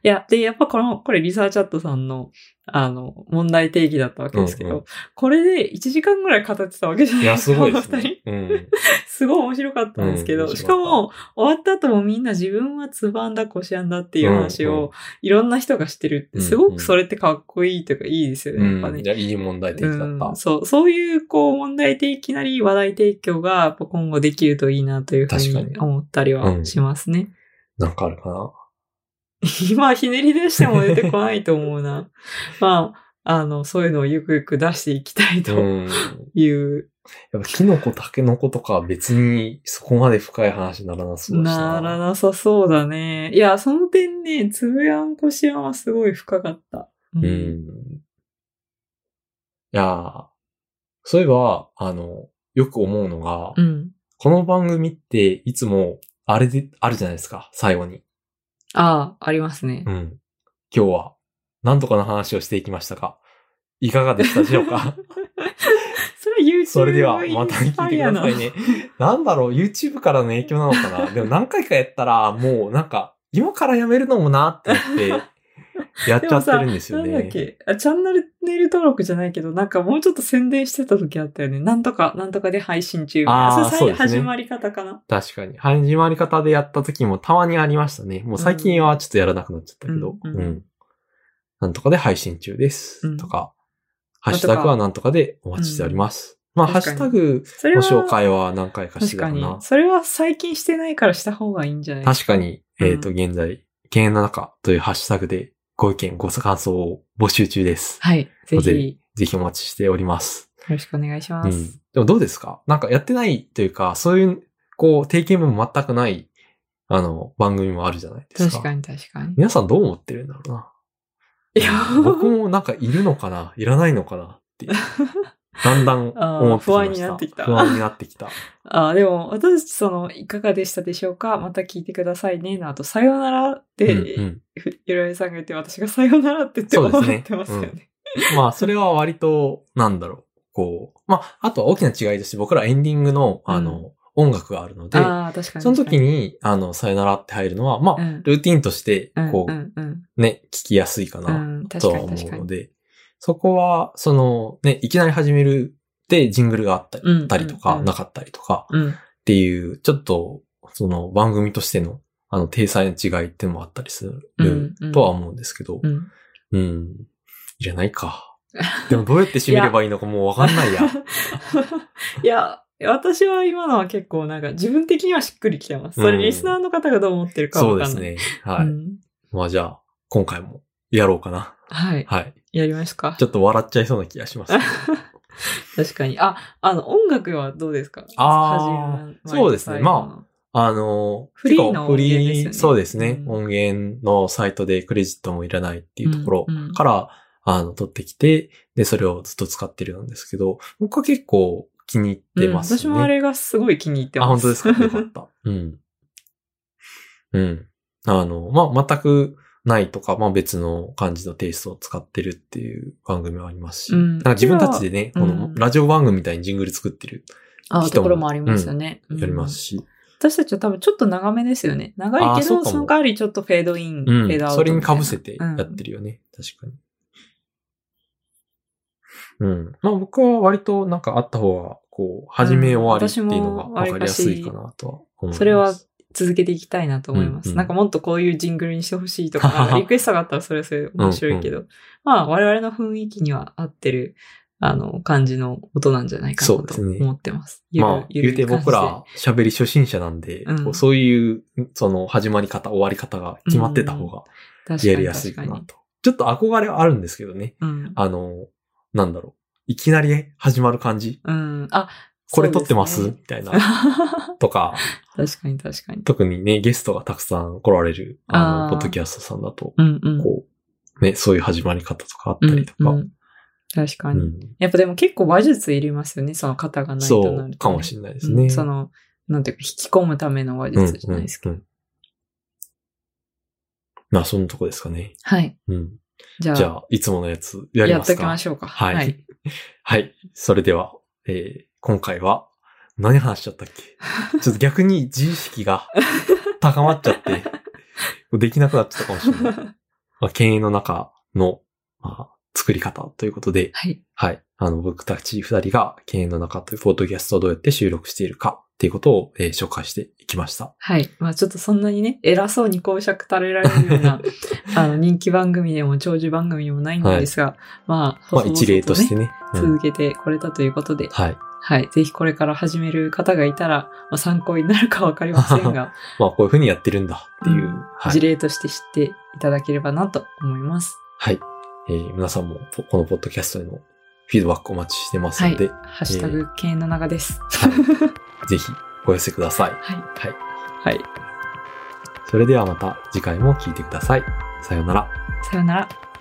Speaker 2: いや、で、やっぱこの、これリサーチャットさんの、あの、問題定義だったわけですけど、
Speaker 1: うんう
Speaker 2: これで1時間ぐらい語ってたわけじゃないい
Speaker 1: や、
Speaker 2: です
Speaker 1: す
Speaker 2: か、
Speaker 1: ごいです
Speaker 2: お二人
Speaker 1: ね。うん。
Speaker 2: すごい面白かったんですけど、
Speaker 1: うん面
Speaker 2: し
Speaker 1: 白
Speaker 2: か
Speaker 1: かった
Speaker 2: も、終わった後もみんな自分はつばんだ、こしあんだっていう話
Speaker 1: うんう
Speaker 2: を
Speaker 1: ん、
Speaker 2: いろんな人がしてるって、
Speaker 1: うんうん
Speaker 2: すごくそれってかっこいいというか、いいですよね、やっぱ
Speaker 1: うん
Speaker 2: ね
Speaker 1: い。や、いい問題的だった。
Speaker 2: うんそう、そういう、こう、問題提起なり、話題提供が、やっぱ今後できるといいなというふう
Speaker 1: 確か
Speaker 2: に
Speaker 1: に
Speaker 2: 思ったり
Speaker 1: う
Speaker 2: は
Speaker 1: ん
Speaker 2: しますね。
Speaker 1: なんかあるかな
Speaker 2: 今、ひねり出しても出てこないと思 うな。まあ、あの、そういうのをゆくゆく出していきたいと
Speaker 1: うん。
Speaker 2: いう、
Speaker 1: やっぱ、キノコ、タケノコとかは別にそこまで深い話にならなそうだしな。
Speaker 2: ならなさそうだね。いや、その点ね、つぶやんこしあんはすごい深かった。
Speaker 1: う
Speaker 2: う
Speaker 1: ん。いやーそういえば、あの、よく思うのが、
Speaker 2: うん。
Speaker 1: この番組っていつも、あれで、あるじゃないですか、最後に。
Speaker 2: ああ、ありますね
Speaker 1: う。ん。今日は、なんとかの話をしていきましたかいかがでしたでしょうか
Speaker 2: それは YouTube
Speaker 1: それでは、また聞いてください
Speaker 2: インス
Speaker 1: ね。 なんだろう、YouTube からの影響なのか なでも何回かやったら、もうなんか、今からやめるのもなって言 って、やっちゃってるんです
Speaker 2: パイア
Speaker 1: よね。
Speaker 2: の。なんだっけあ、チャンネル登録じゃないけど、なんかもうちょっと宣伝してた時あったよね。なんとか、なんとかで配信中。
Speaker 1: あー
Speaker 2: れ最
Speaker 1: そうですね
Speaker 2: 始まり方かな。
Speaker 1: 確かに。始まり方でやった時もたまにありましたね。もう最近はちょっとやらなくなっちゃったけど。
Speaker 2: う
Speaker 1: うんん。
Speaker 2: うん
Speaker 1: なんとかで配信中です。
Speaker 2: うん
Speaker 1: とか、ハッシュタグはなんとかでお待ちしております。まあ、ハッ
Speaker 2: 確
Speaker 1: シ
Speaker 2: かに
Speaker 1: ュタグ
Speaker 2: それ
Speaker 1: の
Speaker 2: は、
Speaker 1: 紹介は何回かしてた
Speaker 2: 確か
Speaker 1: か
Speaker 2: に
Speaker 1: な。。
Speaker 2: それは最近してないからした方がいいんじゃない
Speaker 1: 確かに、
Speaker 2: うん
Speaker 1: えっ、と、現在、犬猿の中というハッシュタグでご意見、ご感想を募集中です。
Speaker 2: はい。ぜ
Speaker 1: ぜ
Speaker 2: ひ
Speaker 1: ひ、ぜひお待ちしております。
Speaker 2: よろしくお願いしま
Speaker 1: う
Speaker 2: す。
Speaker 1: ん。でもどうですかなんかやってないというか、そういう、こう、定型文も全くない、あの、番組もあるじゃないですか。
Speaker 2: 確かに確かに。
Speaker 1: 皆さんどう思ってるんだろうな。
Speaker 2: いや、
Speaker 1: 僕もなんかいるのかないらないのかなって、 だんだん思ってきました。
Speaker 2: あー不安になってきた
Speaker 1: 不安になってき た。
Speaker 2: あーでも、私、その、いかがでしたでしょうかまた聞いてくださいね。の後、さようならって、
Speaker 1: うんうん
Speaker 2: ふよろえさんが言って、私がさようならって言って
Speaker 1: そう
Speaker 2: 終
Speaker 1: で
Speaker 2: わ
Speaker 1: すね
Speaker 2: ってますよね。
Speaker 1: まあ、それは割と、なんだろう。こう。まあ、あとは大きな違いとして、僕らエンディングの、あの、音楽があるので、
Speaker 2: ああ、確かに。
Speaker 1: その時
Speaker 2: に、
Speaker 1: に、あの、さよならって入るのは、ま
Speaker 2: う
Speaker 1: あ、
Speaker 2: ん
Speaker 1: ルーティンとして
Speaker 2: うん、、
Speaker 1: こ
Speaker 2: う
Speaker 1: う、
Speaker 2: ん、うん。
Speaker 1: ね、聞きやすいか
Speaker 2: う、
Speaker 1: なん
Speaker 2: 確
Speaker 1: と
Speaker 2: か
Speaker 1: は
Speaker 2: に
Speaker 1: 思
Speaker 2: 確
Speaker 1: う
Speaker 2: か
Speaker 1: の
Speaker 2: に。
Speaker 1: で、そこは、その、ね、いきなり始めるで、ジングルがあったり
Speaker 2: うん
Speaker 1: たりと
Speaker 2: う
Speaker 1: か、
Speaker 2: ん
Speaker 1: なかったりとか、
Speaker 2: うん。
Speaker 1: っていう、ちょっと、その番組としての、あの、体裁の違いっていうのもあったりする
Speaker 2: うんうん
Speaker 1: とは思うんですけど、
Speaker 2: うん。
Speaker 1: うん。いらない か。でもどうやって締めればいいのかもうわかんないや。
Speaker 2: いや、私は今のは結構なんか自分的にはしっくりきてます。それ
Speaker 1: うん
Speaker 2: リスナーの方がどう思ってるか
Speaker 1: そ
Speaker 2: わ
Speaker 1: う
Speaker 2: か
Speaker 1: で
Speaker 2: んない。
Speaker 1: すね。はい。
Speaker 2: うん
Speaker 1: まあじゃあ、今回もやろうかな。
Speaker 2: はい。
Speaker 1: はい。
Speaker 2: やりますか
Speaker 1: ち。ょっと笑っちゃいそうな気がし ます。
Speaker 2: 確かに。あ、あの、音楽はどうですか
Speaker 1: あーそうですね
Speaker 2: ま
Speaker 1: あの、
Speaker 2: フリーの音源
Speaker 1: 結構
Speaker 2: ですよね
Speaker 1: そうですね、
Speaker 2: うん
Speaker 1: 音源のサイトでクレジットもいらないっていうところ
Speaker 2: うんうん
Speaker 1: から、あの、取ってきて、で、それをずっと使ってるんですけど、僕は結構気に入ってますね。
Speaker 2: 私もあれがすごい気に入ってます。
Speaker 1: あ、本当 ですか。よかった。うん。うん。あの、まあ、全くないとか、まあ、別の感じのテイストを使ってるっていう番組もありますし、
Speaker 2: うん
Speaker 1: なんか自分たちでね、
Speaker 2: う
Speaker 1: こ
Speaker 2: ん
Speaker 1: のラジオ番組みたいにジングル作ってる、
Speaker 2: あところもありますよね。
Speaker 1: やります
Speaker 2: うん。
Speaker 1: し、
Speaker 2: 私たちは多分ちょっと長めですよね。長い
Speaker 1: あー
Speaker 2: け
Speaker 1: そ
Speaker 2: ど、
Speaker 1: うか
Speaker 2: そ
Speaker 1: も
Speaker 2: の代わりちょっとフェードイン、
Speaker 1: う
Speaker 2: フェード
Speaker 1: ん、
Speaker 2: アウト。
Speaker 1: それに被せてやっ
Speaker 2: る。
Speaker 1: てるよね、確かに。うん。まあ僕は割となんかあった方が、こう、始め終わりっていうのが分かりやすいかなとは思います。
Speaker 2: それは続けていきたいなと思います。
Speaker 1: うんうん
Speaker 2: なんかもっとこういうジングルにしてほしいと か、なんかリクエストがあったらそれはそれで面白いけど、まあ我々の雰囲気には合ってる、あの、感じの音なんじゃないか
Speaker 1: そ
Speaker 2: な
Speaker 1: うで
Speaker 2: と
Speaker 1: すね
Speaker 2: 思ってます。ゆる
Speaker 1: まあ、言
Speaker 2: ゆる
Speaker 1: うて
Speaker 2: い感じで
Speaker 1: 僕ら喋り初心者なんで、
Speaker 2: うん
Speaker 1: こうそういう、その始まり方、終わり方が決まってた方が
Speaker 2: 確かに
Speaker 1: やりやすいかな
Speaker 2: 確
Speaker 1: と。ちょっと憧れはあるんですけどね。
Speaker 2: かにうん。
Speaker 1: あの、なんだろう。いきなり始まる感じ
Speaker 2: うん。あ、
Speaker 1: これ撮ってます
Speaker 2: そうで
Speaker 1: みたいな
Speaker 2: ね。
Speaker 1: とか、
Speaker 2: 確かに確かに。
Speaker 1: 特にね、ゲストがたくさん来られる、あの、
Speaker 2: あー
Speaker 1: ポッドキャストさんだと、
Speaker 2: うんうん。
Speaker 1: こう、ね、そういう始まり方とかあっ
Speaker 2: う
Speaker 1: たり
Speaker 2: ん
Speaker 1: とか。
Speaker 2: うん確か
Speaker 1: う
Speaker 2: に、
Speaker 1: ん
Speaker 2: やっぱでも結構話術いりますよね、その型がないとな
Speaker 1: そ
Speaker 2: るとね、
Speaker 1: う、かもしれないです
Speaker 2: う
Speaker 1: ね。
Speaker 2: んその、なんていうか、引き込むための話術じゃないですか。
Speaker 1: うんうんうんまあ、そのとこですかね。
Speaker 2: はい。
Speaker 1: うん。
Speaker 2: じゃあ、
Speaker 1: じゃあ、いつものやつやり
Speaker 2: や
Speaker 1: ま
Speaker 2: っと
Speaker 1: す
Speaker 2: き
Speaker 1: か。
Speaker 2: ましょうか。
Speaker 1: はい。 はい。それでは、えー今回は、何 話しちゃったっけちょっと逆に自意識が高まっちゃって、できなくなっちゃったかもしれな い。まあ、犬猿の中の、まあ、作り方ということで、
Speaker 2: はい。
Speaker 1: はい。あの、僕たち二人が犬猿の中というポッドキャストをどうやって収録しているかっていうことを、えー紹介していきました。
Speaker 2: はい。まあちょっとそんなにね、偉そうに公爵垂れられるよう な、あの、人気番組でも長寿番組でもないんですが、まあ、
Speaker 1: まあ、一例として
Speaker 2: ね、
Speaker 1: ね。うん
Speaker 2: 続けてこれたということで、
Speaker 1: はい。
Speaker 2: はい。ぜひこれから始める方がいたら、まあ、参考になるかわかりませんが、
Speaker 1: まあ、 こういうふうにやってるんだっていう。
Speaker 2: うん
Speaker 1: はい
Speaker 2: 事。例として知っていただければなと思います。
Speaker 1: はい。えー皆さんもポ、このポッドキャストへのフィードバックお待ちしてます
Speaker 2: は
Speaker 1: の
Speaker 2: い。
Speaker 1: で、
Speaker 2: ハッシュタグ、経営の長です。
Speaker 1: ぜひお寄せください。
Speaker 2: はい。
Speaker 1: はい。
Speaker 2: はい。
Speaker 1: それではまた次回も聞いてください。さようなら。
Speaker 2: さよなら。